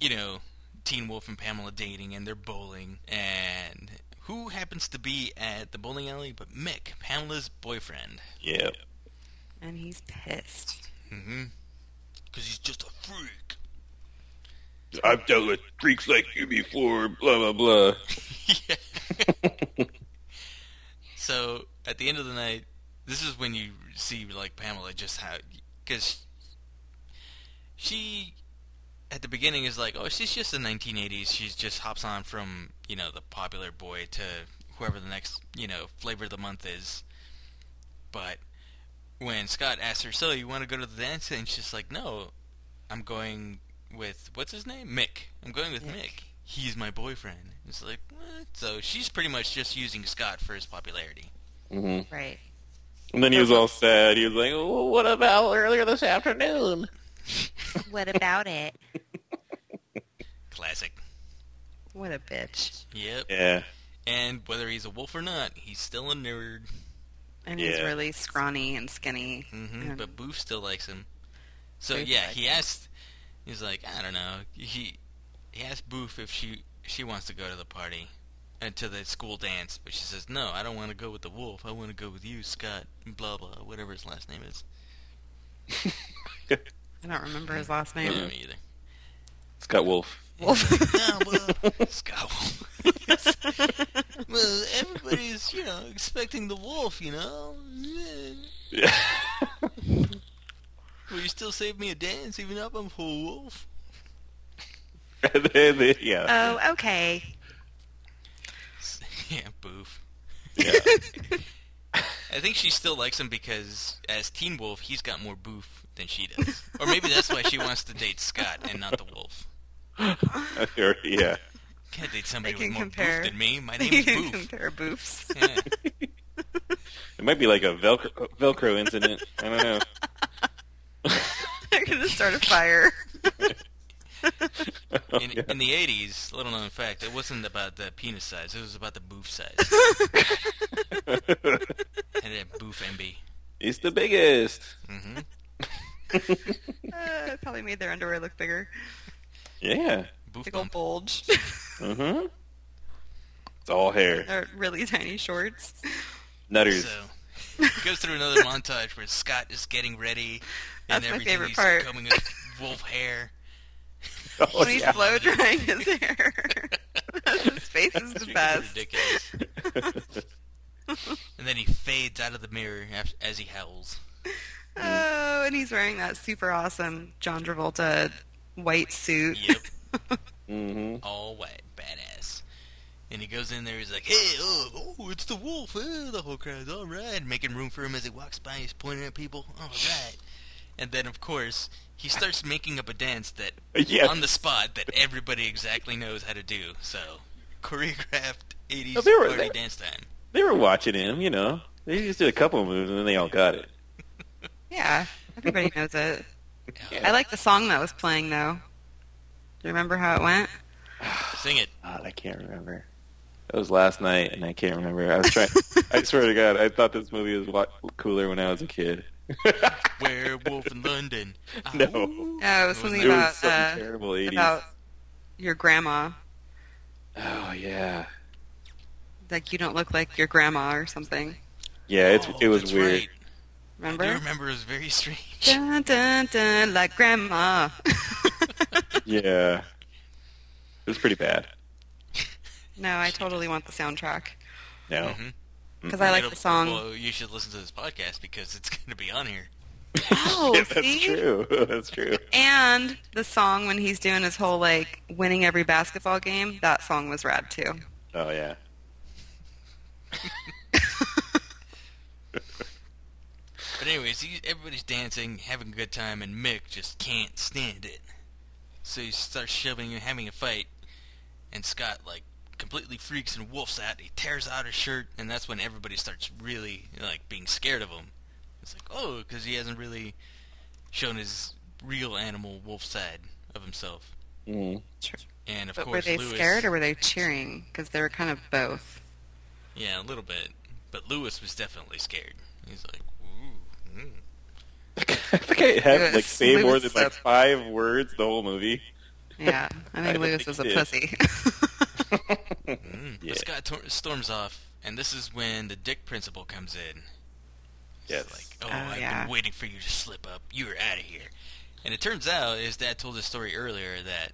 [SPEAKER 3] you know, Teen Wolf and Pamela dating, and they're bowling. And who happens to be at the bowling alley but Mick, Pamela's boyfriend?
[SPEAKER 2] Yep.
[SPEAKER 4] And he's pissed.
[SPEAKER 3] Mm-hmm. Because he's just a freak. [LAUGHS]
[SPEAKER 2] I've dealt with freaks like you before, blah blah blah.
[SPEAKER 3] Yeah. so at the end of the night, this is when you see like Pamela just how because she at the beginning is like, oh, she's just the 1980s. She just hops on from you know the popular boy to whoever the next you know flavor of the month is. But when Scott asks her, so you want to go to the dance? And she's like, no, I'm going with what's his name, Mick. I'm going with Mick. He's my boyfriend. It's like what? So she's pretty much just using Scott for his popularity.
[SPEAKER 2] hmm
[SPEAKER 4] Right.
[SPEAKER 2] And then he was all sad. He was like, oh, "What about earlier this afternoon?"
[SPEAKER 4] What about it?
[SPEAKER 3] Classic.
[SPEAKER 4] [LAUGHS] What a bitch.
[SPEAKER 3] Yep.
[SPEAKER 2] Yeah.
[SPEAKER 3] And whether he's a wolf or not, he's still a nerd.
[SPEAKER 4] And he's
[SPEAKER 2] Yeah.
[SPEAKER 4] really scrawny and skinny.
[SPEAKER 3] hmm
[SPEAKER 4] And-
[SPEAKER 3] But Boof still likes him. So
[SPEAKER 4] Mm-hmm. Boof
[SPEAKER 3] yeah,
[SPEAKER 4] likes
[SPEAKER 3] he asked. He's like, I don't know. He he asked Boof if she she wants to go to the party and to the school dance, but she says no. I don't want to go with the wolf. I want to go with you, Scott. Blah blah. Whatever his last name is.
[SPEAKER 4] I don't remember his last
[SPEAKER 3] I
[SPEAKER 4] name.
[SPEAKER 3] don't know me either. [LAUGHS]
[SPEAKER 2] Scott Wolf.
[SPEAKER 4] Wolf.
[SPEAKER 3] no, well, Scott
[SPEAKER 4] [LAUGHS]
[SPEAKER 3] Wolf. [LAUGHS] well, everybody's, you know, expecting the wolf, you know? Will
[SPEAKER 2] Yeah.
[SPEAKER 3] you still save me a dance even though I'm a full wolf?
[SPEAKER 2] [LAUGHS]
[SPEAKER 3] [LAUGHS]
[SPEAKER 2] And then they- yeah.
[SPEAKER 4] oh, okay.
[SPEAKER 3] yeah, boof.
[SPEAKER 4] [LAUGHS]
[SPEAKER 2] yeah.
[SPEAKER 3] I think she still likes him because as Teen Wolf, he's got more boof than she does. Or maybe that's why she wants to date Scott and not the wolf.
[SPEAKER 2] Or- yeah.
[SPEAKER 3] Can't date somebody
[SPEAKER 4] They
[SPEAKER 3] with
[SPEAKER 4] can
[SPEAKER 3] more
[SPEAKER 4] compare.
[SPEAKER 3] boof than me. My
[SPEAKER 4] You
[SPEAKER 3] name's
[SPEAKER 4] can
[SPEAKER 3] Boof.
[SPEAKER 4] compare boofs.
[SPEAKER 3] Yeah.
[SPEAKER 2] It might be like a Velcro, Velcro incident. I don't know.
[SPEAKER 4] [LAUGHS] They're going to start a
[SPEAKER 2] [LAUGHS]
[SPEAKER 4] fire.
[SPEAKER 3] In, [LAUGHS] in the 80s, little known fact, it wasn't about the penis size. It was about the boof size. [LAUGHS]
[SPEAKER 2] [LAUGHS]
[SPEAKER 3] and then boof MB.
[SPEAKER 2] He's the biggest.
[SPEAKER 3] hmm
[SPEAKER 4] Uh, it probably made their underwear look bigger.
[SPEAKER 2] Yeah.
[SPEAKER 3] Boof
[SPEAKER 4] Big old
[SPEAKER 3] bump.
[SPEAKER 4] bulge.
[SPEAKER 2] [LAUGHS] Mm-hmm. It's all hair.
[SPEAKER 4] They're really tiny shorts.
[SPEAKER 2] Nutters.
[SPEAKER 3] So, goes through another montage where Scott is getting ready.
[SPEAKER 4] That's
[SPEAKER 3] And
[SPEAKER 4] my
[SPEAKER 3] everything
[SPEAKER 4] favorite
[SPEAKER 3] he's
[SPEAKER 4] part.
[SPEAKER 3] combing his wolf hair.
[SPEAKER 2] [LAUGHS] Oh,
[SPEAKER 4] when he's
[SPEAKER 2] yeah.
[SPEAKER 4] blow drying his hair. [LAUGHS] his face is
[SPEAKER 2] [LAUGHS]
[SPEAKER 4] the best.
[SPEAKER 3] Ridiculous. and then he fades out of the mirror af as he howls.
[SPEAKER 4] Oh, and he's wearing that super awesome John Travolta white suit.
[SPEAKER 3] Yep.
[SPEAKER 2] Mm-hmm.
[SPEAKER 3] all white, badass. And he goes in there, he's like, hey, oh, oh it's the wolf, eh, the whole crowd's all right. Making room for him as he walks by, he's pointing at people, all right. And then, of course, he starts making up a dance that,
[SPEAKER 2] Yes.
[SPEAKER 3] on the spot, that everybody exactly knows how to do. So, choreographed 80s
[SPEAKER 2] Oh, they were-
[SPEAKER 3] party
[SPEAKER 2] they-
[SPEAKER 3] dance time.
[SPEAKER 2] They were watching him, you know. They just did a couple moves and then they all got it.
[SPEAKER 4] Yeah, everybody knows
[SPEAKER 2] [LAUGHS]
[SPEAKER 4] it.
[SPEAKER 3] Yeah.
[SPEAKER 4] I like the song that was playing though. Do you remember how it went?
[SPEAKER 3] Sing it.
[SPEAKER 2] God, I can't remember. That was last night, and I can't remember. I
[SPEAKER 4] [LAUGHS]
[SPEAKER 2] was trying. I swear to God, I thought this movie was a lot cooler when I was a kid. [LAUGHS]
[SPEAKER 3] Werewolf in London.
[SPEAKER 2] No.
[SPEAKER 3] Ow.
[SPEAKER 4] No, it was
[SPEAKER 3] It was-
[SPEAKER 4] something
[SPEAKER 2] It
[SPEAKER 4] about
[SPEAKER 2] was something
[SPEAKER 4] uh,
[SPEAKER 2] terrible. 80s.
[SPEAKER 4] about your grandma.
[SPEAKER 2] Oh yeah,
[SPEAKER 4] Like you don't look like your grandma or something.
[SPEAKER 2] yeah. It's
[SPEAKER 3] Oh,
[SPEAKER 2] it was
[SPEAKER 3] that's
[SPEAKER 2] weird.
[SPEAKER 3] right.
[SPEAKER 4] Remember?
[SPEAKER 3] I do remember it was very strange. [LAUGHS]
[SPEAKER 4] Dun dun dun, like grandma. [LAUGHS]
[SPEAKER 2] Yeah, it was pretty bad.
[SPEAKER 4] No, I totally want the soundtrack
[SPEAKER 2] No.
[SPEAKER 3] Mhm.
[SPEAKER 4] because I like
[SPEAKER 3] It'll-
[SPEAKER 4] the song.
[SPEAKER 3] Well, you should listen to this podcast because it's [LAUGHS] going to be on here.
[SPEAKER 4] Oh,
[SPEAKER 2] [LAUGHS] Yeah, [LAUGHS] that's
[SPEAKER 4] see?
[SPEAKER 2] true. That's true.
[SPEAKER 4] And the song when he's doing his whole like winning every basketball game, that song was rad too.
[SPEAKER 3] [LAUGHS]
[SPEAKER 2] Oh yeah.
[SPEAKER 3] But anyways, he, everybody's dancing, having a good time, and Mick just can't stand it. So he starts shoving and having a fight, and Scott like completely freaks and wolfs out. He tears out his shirt, and that's when everybody starts really like being scared of him. It's like oh, because he hasn't really shown his real animal wolf side of himself.
[SPEAKER 2] [LAUGHS] Mm.
[SPEAKER 3] And of
[SPEAKER 4] But were
[SPEAKER 3] course,
[SPEAKER 4] they
[SPEAKER 3] Lewis,
[SPEAKER 4] scared or were they cheering? Because they were kind of
[SPEAKER 3] [LAUGHS]
[SPEAKER 4] both.
[SPEAKER 3] yeah, a little bit. But Lewis was definitely scared. He's like, ooh. Mm.
[SPEAKER 2] I think I have
[SPEAKER 4] Yes,
[SPEAKER 2] like say more than
[SPEAKER 4] Lewis said-
[SPEAKER 2] like five words the
[SPEAKER 4] [LAUGHS]
[SPEAKER 2] whole movie. [LAUGHS]
[SPEAKER 4] Yeah, I
[SPEAKER 2] I
[SPEAKER 4] think
[SPEAKER 2] don't
[SPEAKER 4] Lewis
[SPEAKER 2] think
[SPEAKER 4] was a
[SPEAKER 2] he
[SPEAKER 4] pussy. [LAUGHS]
[SPEAKER 3] Mm. [LAUGHS]
[SPEAKER 2] Yeah.
[SPEAKER 3] But Scott mm." tor- storms off, and this is when the Dick Principal comes in. He's
[SPEAKER 2] Yes.
[SPEAKER 3] Like, oh,
[SPEAKER 4] Oh,
[SPEAKER 3] I've
[SPEAKER 4] yeah.
[SPEAKER 3] been waiting for you to slip up. You're out of here. And it turns out his dad told his story earlier that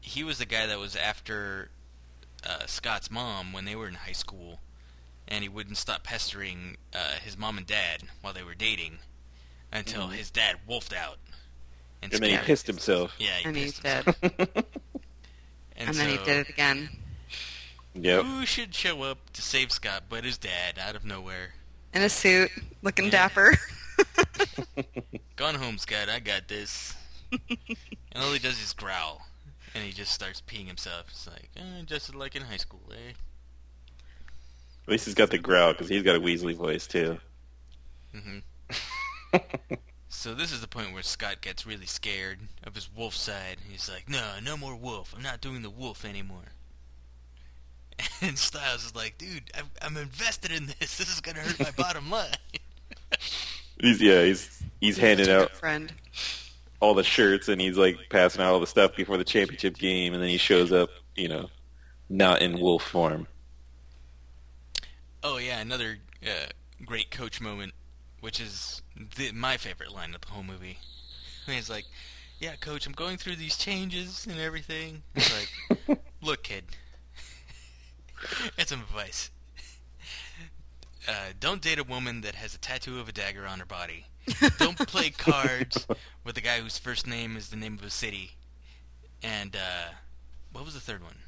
[SPEAKER 3] he was the guy that was after uh, Scott's mom when they were in high school, and he wouldn't stop pestering uh, his mom and dad while they were dating until
[SPEAKER 2] Mhm.
[SPEAKER 3] his dad wolfed out.
[SPEAKER 2] And then he
[SPEAKER 3] scared-
[SPEAKER 2] pissed himself.
[SPEAKER 4] [LAUGHS]
[SPEAKER 3] Yeah, he
[SPEAKER 4] and he
[SPEAKER 3] pissed himself.
[SPEAKER 4] did, and,
[SPEAKER 3] And,
[SPEAKER 4] then he
[SPEAKER 3] so-
[SPEAKER 4] did it again. [LAUGHS]
[SPEAKER 2] Yep.
[SPEAKER 3] Who should show up to save Scott but his dad out of nowhere?
[SPEAKER 4] In a suit, looking
[SPEAKER 3] Yeah. [LAUGHS]
[SPEAKER 4] dapper.
[SPEAKER 3] Gone home, Scott. I got this. and all he does is growl, and he just starts peeing himself. It's like eh, just like in high school, eh?
[SPEAKER 2] At least he's got the growl because he's got a Weasley voice too.
[SPEAKER 3] hmm Mm-hmm. so this is the point where Scott gets really scared of his wolf side. He's like, "No, no more wolf. I'm not doing the wolf anymore." [LAUGHS] And Styles is like, "Dude, I'm, I'm invested in this. This is gonna hurt my bottom line."
[SPEAKER 2] He's yeah, he's he's handing out
[SPEAKER 4] friend.
[SPEAKER 2] all the shirts and he's like passing out all the stuff before the championship game and then he shows up, you know, not in wolf form.
[SPEAKER 3] Oh yeah, another uh, great coach moment, which is the, my favorite line of the whole movie. And he's like, "Yeah, coach, I'm going through these changes and everything." He's like, "Look, kid, that's some advice. Uh, don't date a woman that has a tattoo of a dagger on her body. Don't play cards with a guy whose first name is the name of a city." And uh, what was the third one?
[SPEAKER 4] [SIGHS]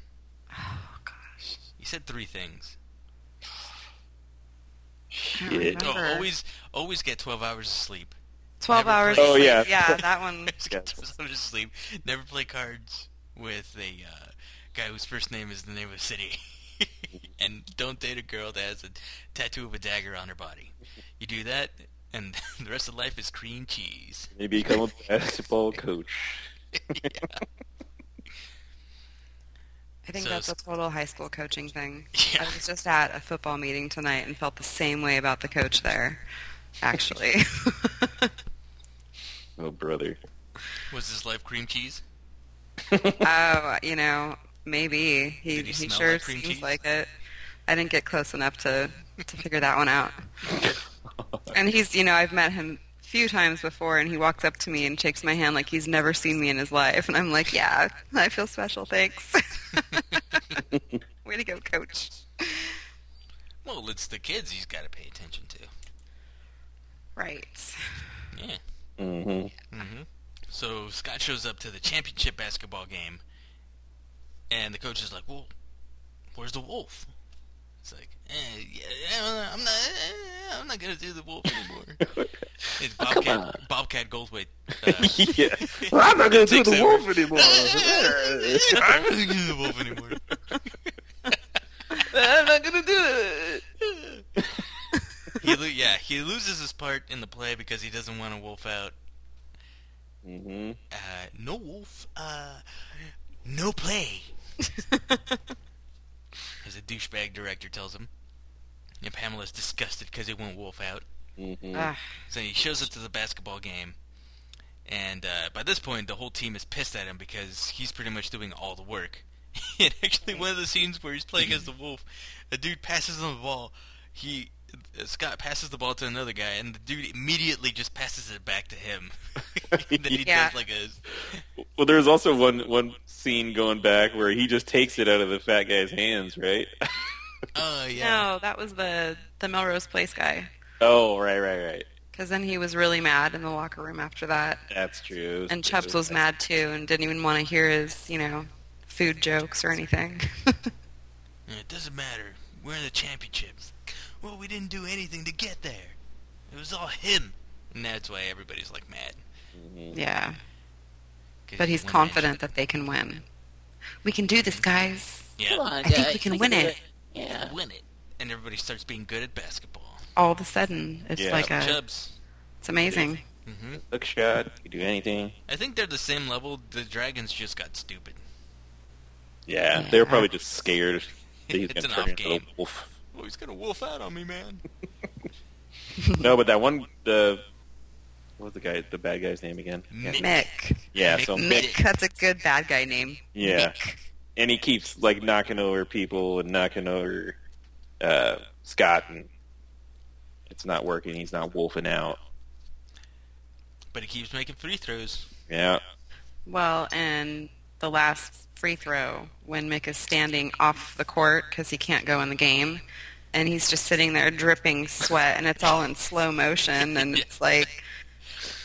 [SPEAKER 4] Oh gosh,
[SPEAKER 3] You said three things.
[SPEAKER 4] I
[SPEAKER 2] Yeah.
[SPEAKER 4] don't
[SPEAKER 3] Oh,
[SPEAKER 4] remember.
[SPEAKER 3] always, always get 12 hours of sleep.
[SPEAKER 4] twelve
[SPEAKER 3] never
[SPEAKER 4] hours.
[SPEAKER 3] played-
[SPEAKER 4] of
[SPEAKER 2] Oh,
[SPEAKER 4] sleep.
[SPEAKER 2] yeah.
[SPEAKER 4] yeah, that one.
[SPEAKER 3] Always get 12
[SPEAKER 2] Yes.
[SPEAKER 3] hours of sleep. Never play cards with a uh, guy whose first name is the name of a city. [LAUGHS] and don't date a girl that has a tattoo of a dagger on her body. You do that, and [LAUGHS] the rest of life is cream cheese.
[SPEAKER 2] Maybe become a basketball coach.
[SPEAKER 4] I think
[SPEAKER 3] So
[SPEAKER 4] that's a
[SPEAKER 3] it's-
[SPEAKER 4] total high school coaching thing.
[SPEAKER 3] Yeah.
[SPEAKER 4] I was just at a football meeting tonight and felt the same way about the coach there.
[SPEAKER 3] [LAUGHS]
[SPEAKER 4] Actually, [LAUGHS]
[SPEAKER 2] Oh brother.
[SPEAKER 3] Was his life cream cheese?
[SPEAKER 4] oh, you know, maybe he
[SPEAKER 3] Did he
[SPEAKER 4] he,
[SPEAKER 3] smell
[SPEAKER 4] sure
[SPEAKER 3] like cream
[SPEAKER 4] seems
[SPEAKER 3] cheese?
[SPEAKER 4] like it. I didn't get close enough to to figure that one out. And he's, you know, I've met him a few times before, and he walks up to me and shakes my hand like he's never seen me in his life, and I'm like, yeah, I feel special, thanks. way to go, coach.
[SPEAKER 3] Well, it's the kids he's got to pay attention to.
[SPEAKER 4] Right.
[SPEAKER 3] Yeah.
[SPEAKER 2] hmm
[SPEAKER 3] hmm So Scott shows up to the championship basketball game, and the coach is like, "Well, where's the wolf?" It's like, eh, yeah, yeah, "I'm not, eh, I'm not gonna do the wolf anymore." it's Bobcat, Bobcat Goldthwait. Uh,
[SPEAKER 2] yeah. Well, I'm not gonna do
[SPEAKER 3] Takes
[SPEAKER 2] the
[SPEAKER 3] over. [LAUGHS]
[SPEAKER 2] wolf anymore.
[SPEAKER 3] I'm not gonna do the wolf anymore. [LAUGHS]
[SPEAKER 2] I'm not gonna do it.
[SPEAKER 3] [LAUGHS] He lo- yeah, he loses his part in the play because he doesn't want to wolf out.
[SPEAKER 2] hmm
[SPEAKER 3] Uh, no wolf. Uh, no play. as a douchebag director tells him. And Pamela's disgusted because he won't wolf out.
[SPEAKER 2] hmm
[SPEAKER 4] [LAUGHS] Ah,
[SPEAKER 3] So he shows up to the basketball game. And uh, by this point, the whole team is pissed at him because he's pretty much doing all the work. [LAUGHS] and actually, one of the scenes where he's playing as the wolf, a dude passes him the ball. He uh, Scott passes the ball to another guy, and the dude immediately just passes it back to him. [LAUGHS] and then he
[SPEAKER 4] Yeah.
[SPEAKER 3] does like a
[SPEAKER 2] Well, there's also one one scene going back where he just takes it out of the fat guy's hands, right? [LAUGHS]
[SPEAKER 3] Oh yeah.
[SPEAKER 4] No, that was the the Melrose Place guy.
[SPEAKER 2] oh, right, right, right.
[SPEAKER 4] Because then he was really mad in the locker room after that,
[SPEAKER 2] That's true. It was-
[SPEAKER 4] and
[SPEAKER 2] it
[SPEAKER 4] Chubbs was mad too, and didn't even want to hear his you know food jokes or anything. [LAUGHS]
[SPEAKER 3] It doesn't matter. We're in the championships. Well, we didn't do anything to get there. It was all him. And that's why everybody's like mad.
[SPEAKER 2] Mm-hmm.
[SPEAKER 4] yeah,
[SPEAKER 3] 'Cause
[SPEAKER 4] but he's
[SPEAKER 3] one man
[SPEAKER 4] confident that they can win. We can do this, guys.
[SPEAKER 3] show. Yeah.
[SPEAKER 5] Come on,
[SPEAKER 4] I think
[SPEAKER 5] guys,
[SPEAKER 4] we can win
[SPEAKER 5] do
[SPEAKER 4] it.
[SPEAKER 5] Yeah.
[SPEAKER 3] Win it. And everybody starts being good at basketball.
[SPEAKER 4] All of a sudden, it's
[SPEAKER 2] Yeah.
[SPEAKER 4] like a,
[SPEAKER 3] Chubbs.
[SPEAKER 4] it's amazing.
[SPEAKER 3] hmm
[SPEAKER 2] Hook shot. You do anything.
[SPEAKER 3] I think they're the same level. The dragons just got stupid.
[SPEAKER 2] Yeah,
[SPEAKER 4] Yeah.
[SPEAKER 2] they were probably just scared. That he's
[SPEAKER 3] It's
[SPEAKER 2] gonna
[SPEAKER 3] an
[SPEAKER 2] turn
[SPEAKER 3] off
[SPEAKER 2] into a
[SPEAKER 3] game.
[SPEAKER 2] wolf.
[SPEAKER 3] Oh, he's gonna wolf out on me, man.
[SPEAKER 2] No, but that one the what was the guy the bad guy's name again? Yeah.
[SPEAKER 3] Mick.
[SPEAKER 4] Mick.
[SPEAKER 2] Yeah, so
[SPEAKER 3] Mick.
[SPEAKER 2] Mick.
[SPEAKER 4] That's a good bad guy name.
[SPEAKER 2] Yeah,
[SPEAKER 4] Mick.
[SPEAKER 2] and he keeps like knocking over people and knocking over uh, Scott, and it's not working. He's not wolfing out.
[SPEAKER 3] But he keeps making free throws.
[SPEAKER 2] Yeah,
[SPEAKER 4] Well, and the last free throw when Mick is standing off the court because he can't go in the game, and he's just sitting there dripping sweat, and it's all in slow motion, [LAUGHS] and it's like,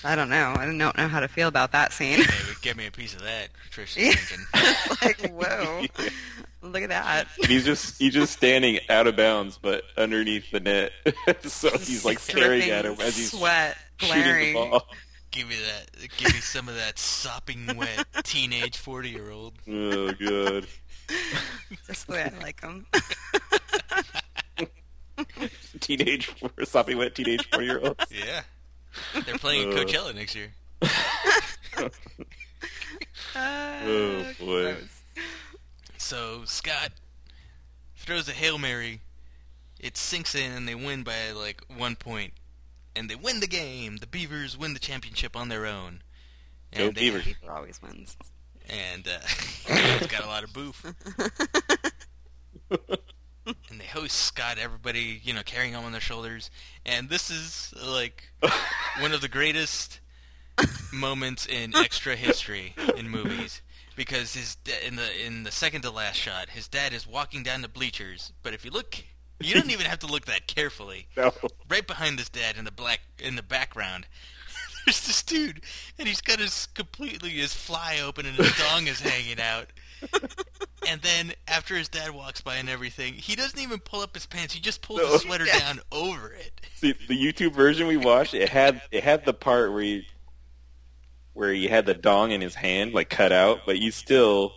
[SPEAKER 4] I don't know, I don't know how to feel about that scene.
[SPEAKER 3] Hey, get me a piece of that, Trish
[SPEAKER 4] Yeah.
[SPEAKER 3] is thinking.
[SPEAKER 4] It's [LAUGHS] like,
[SPEAKER 2] [LAUGHS]
[SPEAKER 4] whoa, look at that.
[SPEAKER 2] he's just he's just standing out of bounds, but underneath the net. [LAUGHS] so he's like staring at him
[SPEAKER 4] Dripping
[SPEAKER 2] as he's
[SPEAKER 4] sweat,
[SPEAKER 2] shooting the
[SPEAKER 4] glaring.
[SPEAKER 2] ball.
[SPEAKER 3] Give me that. Give me some of that sopping wet teenage forty-year-old.
[SPEAKER 2] Oh god.
[SPEAKER 4] [LAUGHS] Just the way I like him.
[SPEAKER 2] [LAUGHS] Teenage, soppy wet teenage four year old.
[SPEAKER 3] Yeah,
[SPEAKER 2] [LAUGHS]
[SPEAKER 3] they're playing in
[SPEAKER 2] Uh.
[SPEAKER 3] Coachella next year.
[SPEAKER 2] Oh boy.
[SPEAKER 3] So Scott throws a hail mary. It sinks in, and they win by like one point, and they win the game. The Beavers win the championship on their own.
[SPEAKER 2] Go
[SPEAKER 3] they-
[SPEAKER 2] Beavers.
[SPEAKER 4] People always wins.
[SPEAKER 3] and uh, [LAUGHS] it's got a lot of boof. and they host Scott, everybody, you know, carrying him on their shoulders. And this is like one of the greatest moments in extra history in movies because his da- in the in the second to last shot, his dad is walking down the bleachers. But if you look, you don't even have to look that carefully
[SPEAKER 2] [LAUGHS] No.
[SPEAKER 3] right behind this dad in the black in the background. [LAUGHS] There's this dude, and he's got his completely his fly open and his dong is hanging out. And then after his dad walks by and everything, he doesn't even pull up his pants. He just pulls
[SPEAKER 2] No.
[SPEAKER 3] his sweater down over it. [LAUGHS]
[SPEAKER 2] See, the YouTube version we watched, it had it had the part where he, where he had the dong in his hand, like cut out, but you still,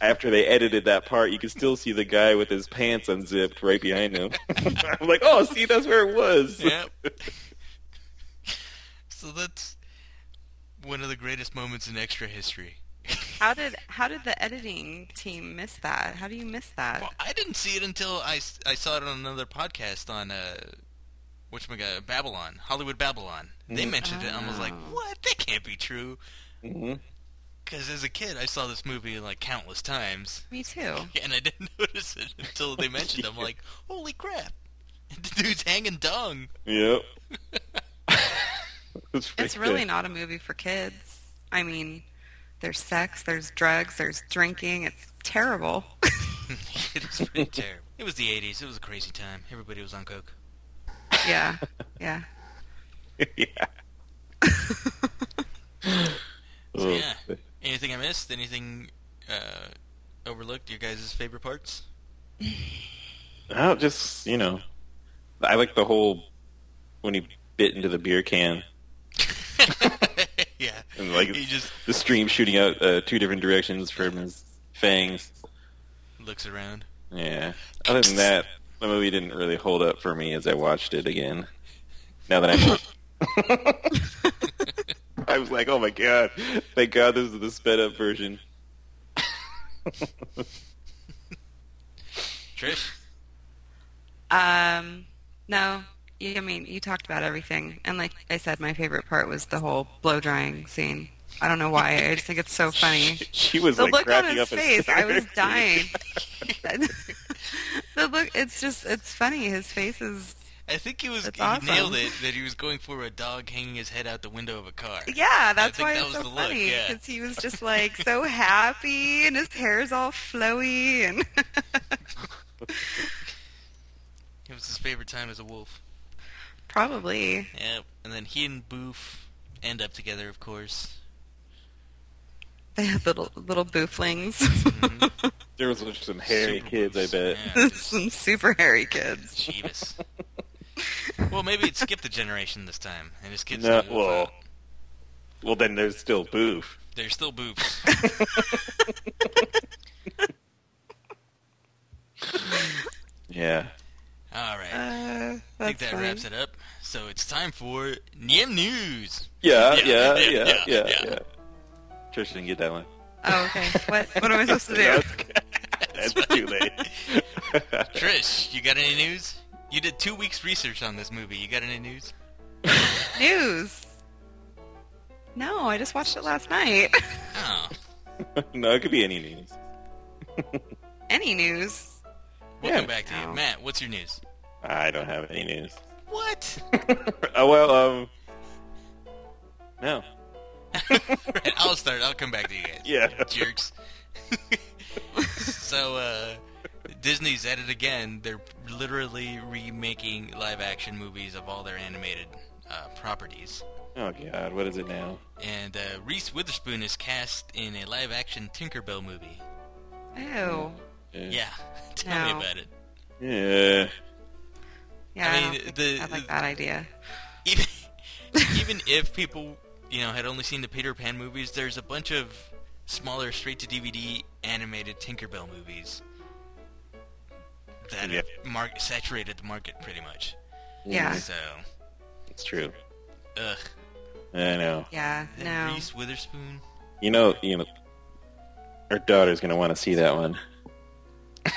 [SPEAKER 2] after they edited that part, you can still see the guy with his pants unzipped right behind him. [LAUGHS] I'm like, oh, see, that's where it was.
[SPEAKER 3] Yep. so that's one of the greatest moments in extra history.
[SPEAKER 4] How did how did the editing team miss that? How do you miss that?
[SPEAKER 3] Well, I didn't see it until I, s- I saw it on another podcast on uh, which Babylon, Hollywood Babylon. They mentioned it, and I was like,
[SPEAKER 4] Oh.
[SPEAKER 3] "What? That can't be true."
[SPEAKER 2] Mhm.
[SPEAKER 3] Because as a kid, I saw this movie like countless times, [LAUGHS]
[SPEAKER 4] Me too.
[SPEAKER 3] and I didn't [LAUGHS] notice it until they mentioned. it. I'm like, "Holy crap!" [LAUGHS] The dude's hanging dung. [LAUGHS]
[SPEAKER 4] [LAUGHS]
[SPEAKER 2] Yep. [LAUGHS]
[SPEAKER 4] It's really not a movie for kids. I mean, there's sex, there's drugs, there's drinking. It's terrible. [LAUGHS]
[SPEAKER 3] it was pretty terrible. It was the '80s. It was a crazy time. Everybody was on coke.
[SPEAKER 4] yeah, yeah. [LAUGHS]
[SPEAKER 2] [LAUGHS] yeah.
[SPEAKER 3] So,
[SPEAKER 2] Oh.
[SPEAKER 3] yeah. Anything I missed? Anything uh, overlooked? Your guys' favorite parts?
[SPEAKER 2] I don't just you know, I like the whole when he bit into the beer can
[SPEAKER 3] [LAUGHS] yeah.
[SPEAKER 2] and like
[SPEAKER 3] he just
[SPEAKER 2] the stream shooting out uh, two different directions from his fangs.
[SPEAKER 3] looks
[SPEAKER 2] [LAUGHS]
[SPEAKER 3] around.
[SPEAKER 2] Yeah. Other than that, the movie didn't really hold up for me as I watched it again. Now that I'm, [LAUGHS] I was like, oh my god, thank God this is the sped up version.
[SPEAKER 3] Trish,
[SPEAKER 4] Um, no, you, I mean, you talked about everything, and like I said, my favorite part was the whole blow drying scene. I don't know why. I just think it's so funny.
[SPEAKER 2] [LAUGHS] She was
[SPEAKER 4] The
[SPEAKER 2] like
[SPEAKER 4] look on
[SPEAKER 2] cracking
[SPEAKER 4] his
[SPEAKER 2] up and
[SPEAKER 4] face, I was
[SPEAKER 2] staring.
[SPEAKER 3] [LAUGHS]
[SPEAKER 4] [LAUGHS] dying. the look, it's just, it's funny. His face is
[SPEAKER 3] I think he was
[SPEAKER 4] That's
[SPEAKER 3] he
[SPEAKER 4] awesome.
[SPEAKER 3] nailed it that he was going for a dog hanging his head out the window of a car.
[SPEAKER 4] Yeah, that's
[SPEAKER 3] think
[SPEAKER 4] why
[SPEAKER 3] that
[SPEAKER 4] it's
[SPEAKER 3] was
[SPEAKER 4] so
[SPEAKER 3] the look,
[SPEAKER 4] funny
[SPEAKER 3] yeah.
[SPEAKER 4] because he was just like so happy and his hair's all flowy and [LAUGHS]
[SPEAKER 3] It was his favorite time as a wolf.
[SPEAKER 4] probably
[SPEAKER 3] Yep. And then he and Boof end up together, of course.
[SPEAKER 4] they had little little booflings,
[SPEAKER 2] [LAUGHS]
[SPEAKER 3] Mm-hmm.
[SPEAKER 4] [LAUGHS]
[SPEAKER 2] There was just some hairy
[SPEAKER 3] Super
[SPEAKER 2] kids, I
[SPEAKER 3] Boofs.
[SPEAKER 2] bet.
[SPEAKER 3] Yeah, just
[SPEAKER 4] some super hairy kids.
[SPEAKER 2] [LAUGHS]
[SPEAKER 3] Jeebus. well, [LAUGHS] maybe it skipped a generation this time, and his kids.
[SPEAKER 2] No,
[SPEAKER 3] don't wolf
[SPEAKER 2] well,
[SPEAKER 3] out.
[SPEAKER 2] well, then there's still Boof.
[SPEAKER 3] They're still
[SPEAKER 4] [LAUGHS]
[SPEAKER 3] boofs.
[SPEAKER 2] Yeah.
[SPEAKER 3] All right.
[SPEAKER 4] [LAUGHS] Uh,
[SPEAKER 3] I think
[SPEAKER 4] that's
[SPEAKER 3] that
[SPEAKER 4] fun.
[SPEAKER 3] wraps it up. So it's time for Nyem News.
[SPEAKER 2] Yeah,
[SPEAKER 3] Yeah,
[SPEAKER 2] yeah, yeah, yeah,
[SPEAKER 3] yeah,
[SPEAKER 2] yeah.
[SPEAKER 3] yeah.
[SPEAKER 2] Trish didn't get that one.
[SPEAKER 4] Oh, okay. What what am I supposed to do?
[SPEAKER 2] That's, that's too late. [LAUGHS]
[SPEAKER 3] Trish, you got any news? You did two weeks research on this movie. You got any news?
[SPEAKER 4] News. No, I just watched it last night. [LAUGHS]
[SPEAKER 3] Oh.
[SPEAKER 2] no, it could be any news.
[SPEAKER 4] Any news?
[SPEAKER 3] We'll
[SPEAKER 2] Yeah.
[SPEAKER 3] come back to you.
[SPEAKER 4] No.
[SPEAKER 3] Matt, what's your news?
[SPEAKER 2] I don't have any news.
[SPEAKER 3] What?
[SPEAKER 2] [LAUGHS] Oh well, um, no.
[SPEAKER 3] Right, [LAUGHS] I'll start. I'll come back to you guys.
[SPEAKER 2] Yeah.
[SPEAKER 3] Jerks. [LAUGHS] so, uh, Disney's at it again. They're literally remaking live action movies of all their animated uh, properties.
[SPEAKER 2] Oh God, what is it now?
[SPEAKER 3] And uh, Reese Witherspoon is cast in a live action Tinkerbell movie. Mm.
[SPEAKER 4] Ew.
[SPEAKER 3] Yeah. [LAUGHS] Tell
[SPEAKER 4] No.
[SPEAKER 3] me about it.
[SPEAKER 2] Yeah.
[SPEAKER 4] Yeah, I,
[SPEAKER 3] I mean,
[SPEAKER 4] don't think
[SPEAKER 3] the-
[SPEAKER 4] I like that idea.
[SPEAKER 3] even, [LAUGHS] even if people you know had only seen the Peter Pan movies, there's a bunch of smaller straight to DVD animated Tinkerbell movies that
[SPEAKER 2] Yeah.
[SPEAKER 3] have mar- saturated the market pretty much.
[SPEAKER 2] Mm.
[SPEAKER 4] Yeah,
[SPEAKER 3] So,
[SPEAKER 2] It's true.
[SPEAKER 3] ugh,
[SPEAKER 2] I know.
[SPEAKER 4] yeah,
[SPEAKER 3] that
[SPEAKER 4] no.
[SPEAKER 3] Reese Witherspoon.
[SPEAKER 2] You know, you know, our daughter's gonna want to see that [LAUGHS] one.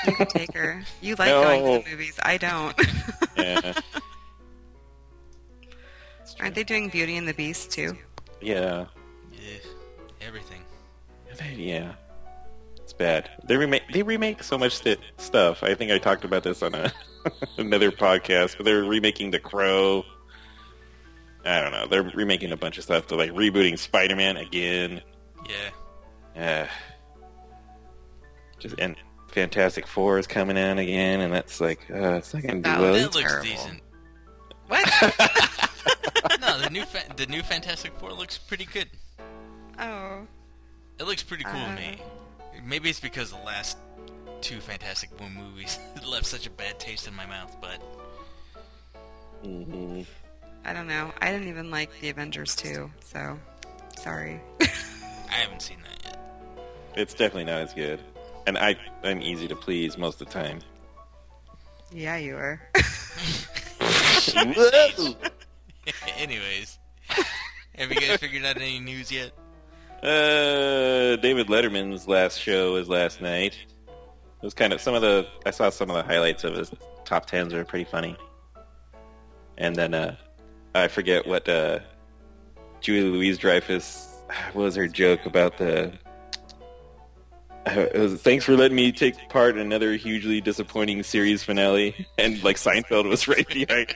[SPEAKER 4] You can take her. You like
[SPEAKER 2] No.
[SPEAKER 4] going to the movies. I don't.
[SPEAKER 2] [LAUGHS] Yeah.
[SPEAKER 4] [LAUGHS] Aren't they doing Beauty and the Beast too?
[SPEAKER 2] yeah.
[SPEAKER 3] Ugh, everything.
[SPEAKER 2] They- Yeah. It's bad. They remake they remake so much st- stuff. I think I talked about this on a, [LAUGHS] another podcast, but they're remaking The Crow. I don't know. They're remaking a bunch of stuff. They're like rebooting Spider-Man again.
[SPEAKER 3] Yeah,
[SPEAKER 2] Uh, just and Fantastic Four is coming out again, and that's like uh, it's not gonna do
[SPEAKER 4] That
[SPEAKER 2] well.
[SPEAKER 4] was
[SPEAKER 3] that looks
[SPEAKER 4] terrible. [LAUGHS]
[SPEAKER 3] decent.
[SPEAKER 4] What?
[SPEAKER 3] No, the new fa- the new Fantastic Four looks pretty good.
[SPEAKER 4] oh,
[SPEAKER 3] It looks pretty cool to
[SPEAKER 4] Uh.
[SPEAKER 3] me. Maybe it's because the last two Fantastic Four movies [LAUGHS] left such a bad taste in my mouth, but
[SPEAKER 2] Mhm.
[SPEAKER 4] I don't know. I didn't even like the Avengers too. So,
[SPEAKER 3] [LAUGHS]
[SPEAKER 4] sorry.
[SPEAKER 3] I haven't seen that yet.
[SPEAKER 2] It's definitely not as good, and I I'm easy to please most of the time.
[SPEAKER 4] yeah, you
[SPEAKER 3] [LAUGHS]
[SPEAKER 4] were.
[SPEAKER 2] [LAUGHS]
[SPEAKER 3] Anyways, have you guys figured out any news yet?
[SPEAKER 2] Uh, David Letterman's last show was last night. It was kind of some of the I saw some of the highlights of his top tens were pretty funny. And then uh, I forget what uh, Julie Louise Dreyfus what was her joke about the. uh, It was, Thanks for letting me take part in another hugely disappointing series finale. And like Seinfeld was right behind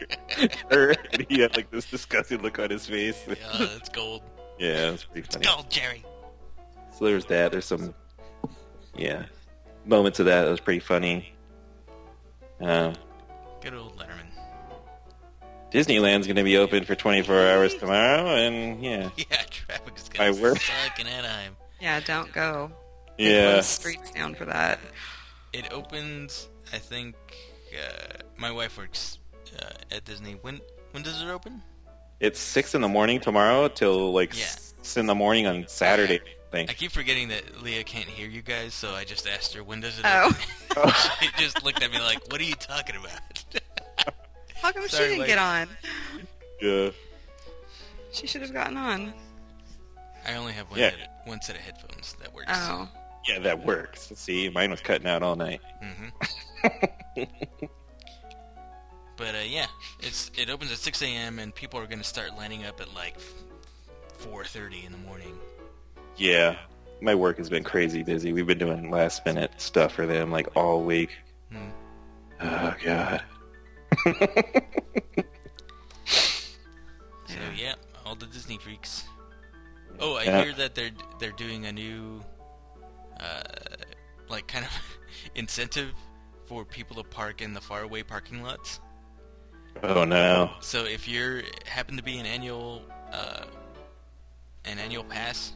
[SPEAKER 2] her, [LAUGHS] and he had like this disgusted look on his face.
[SPEAKER 3] Uh, that's gold.
[SPEAKER 2] Yeah, it was pretty funny.
[SPEAKER 3] Gold, Jerry.
[SPEAKER 2] So there's that. There's some, yeah, moments of that that was pretty funny. Um,
[SPEAKER 3] Good old Letterman. [LAUGHS]
[SPEAKER 2] Disneyland's going to be open for 24 hours tomorrow, and yeah,
[SPEAKER 3] Yeah, traffic is
[SPEAKER 2] I
[SPEAKER 3] gonna
[SPEAKER 2] work.
[SPEAKER 3] suck in Anaheim.
[SPEAKER 4] Yeah, don't go. They
[SPEAKER 2] yeah,
[SPEAKER 4] closed Streets down for that.
[SPEAKER 3] It opens, I think. Uh, my wife works uh, at Disney. When when does it open?
[SPEAKER 2] it's six in the morning tomorrow till like
[SPEAKER 3] Yeah.
[SPEAKER 2] six in the morning on Saturday. I
[SPEAKER 3] I
[SPEAKER 2] think.
[SPEAKER 3] keep forgetting that Leah can't hear you guys, so I just asked her when does it [LAUGHS]
[SPEAKER 4] Oh.
[SPEAKER 3] open. she just looked at me like, "What are you talking about?" [LAUGHS]
[SPEAKER 4] How come she
[SPEAKER 3] Sorry,
[SPEAKER 4] didn't
[SPEAKER 3] like-
[SPEAKER 4] get on?
[SPEAKER 2] Yeah.
[SPEAKER 4] She should have gotten on.
[SPEAKER 3] I only have one,
[SPEAKER 2] Yeah.
[SPEAKER 3] head, one set of headphones that works.
[SPEAKER 4] Oh,
[SPEAKER 2] yeah, that works. See, mine was cutting out all night.
[SPEAKER 3] hmm but uh, yeah, it's it opens at 6 a.m. and people are gonna start lining up at like 4:30 in the morning.
[SPEAKER 2] Yeah, my work has been crazy busy. We've been doing last minute stuff Oh, for them like all week.
[SPEAKER 3] Hmm.
[SPEAKER 2] Oh god.
[SPEAKER 3] the Disney freaks. Oh, I
[SPEAKER 2] Yeah.
[SPEAKER 3] hear that they're they're doing a new, uh, like kind of [LAUGHS] incentive for people to park in the faraway parking lots.
[SPEAKER 2] Oh no.
[SPEAKER 3] So if you're happen to be an annual, uh, an annual pass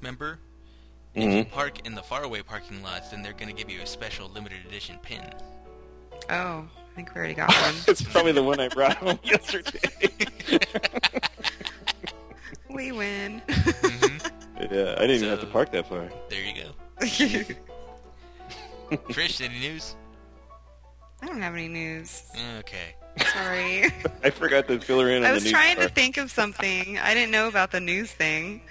[SPEAKER 3] member, if you
[SPEAKER 2] Mhm.
[SPEAKER 3] park in the faraway parking lots, then they're gonna give you a special limited edition pin.
[SPEAKER 4] Oh, I think we already got
[SPEAKER 2] [LAUGHS]
[SPEAKER 4] one.
[SPEAKER 2] It's probably the one I brought home [LAUGHS] yesterday.
[SPEAKER 4] we win. [LAUGHS]
[SPEAKER 2] Mm-hmm. yeah, I didn't even have to
[SPEAKER 3] So-
[SPEAKER 2] park that far.
[SPEAKER 3] There you go. Trish, any news?
[SPEAKER 4] I don't have any
[SPEAKER 2] [LAUGHS]
[SPEAKER 4] news.
[SPEAKER 3] Okay.
[SPEAKER 4] Sorry.
[SPEAKER 2] I forgot to fill her in on
[SPEAKER 4] I
[SPEAKER 2] the
[SPEAKER 4] was
[SPEAKER 2] news
[SPEAKER 4] trying to
[SPEAKER 2] part.
[SPEAKER 4] think of something. I didn't know about the news thing.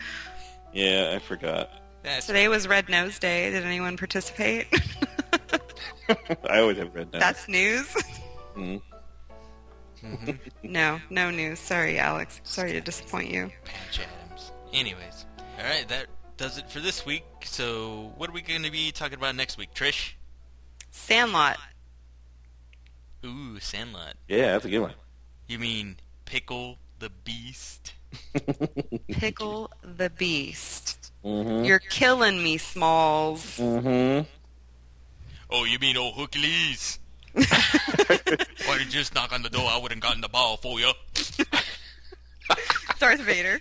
[SPEAKER 2] Yeah, I forgot.
[SPEAKER 3] That's
[SPEAKER 4] Today was Red Nose Day. Did anyone participate? [LAUGHS]
[SPEAKER 2] I always have red nose.
[SPEAKER 4] That's news?
[SPEAKER 2] Mhm. Mm-hmm.
[SPEAKER 4] No, no news. Sorry, Alex. Sorry to disappoint you.
[SPEAKER 3] Patch Adams. Anyways, all right, that does it for this week. So, what are we going to be talking about next week, Trish?
[SPEAKER 4] Sandlot.
[SPEAKER 3] Ooh, Sandlot.
[SPEAKER 2] Yeah, that's a good one.
[SPEAKER 3] You mean Pickle the Beast?
[SPEAKER 4] Pickle the Beast.
[SPEAKER 2] Mm-hmm.
[SPEAKER 4] You're killing me, Smalls.
[SPEAKER 2] Mm-hmm.
[SPEAKER 3] Oh, you mean old Hookleys? Why did you just knock on the door? I would have gotten the ball for you.
[SPEAKER 4] Darth Vader.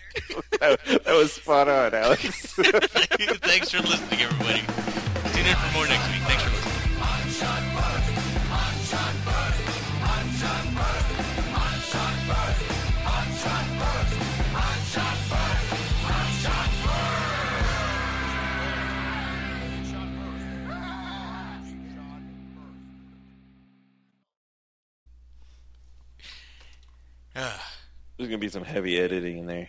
[SPEAKER 2] That, that was spot
[SPEAKER 4] [LAUGHS]
[SPEAKER 2] on, Alex.
[SPEAKER 3] [LAUGHS] Thanks for listening, everybody. Tune in for more next week. Thanks for listening. Ah. Ah.
[SPEAKER 2] There's gonna be some heavy editing in there.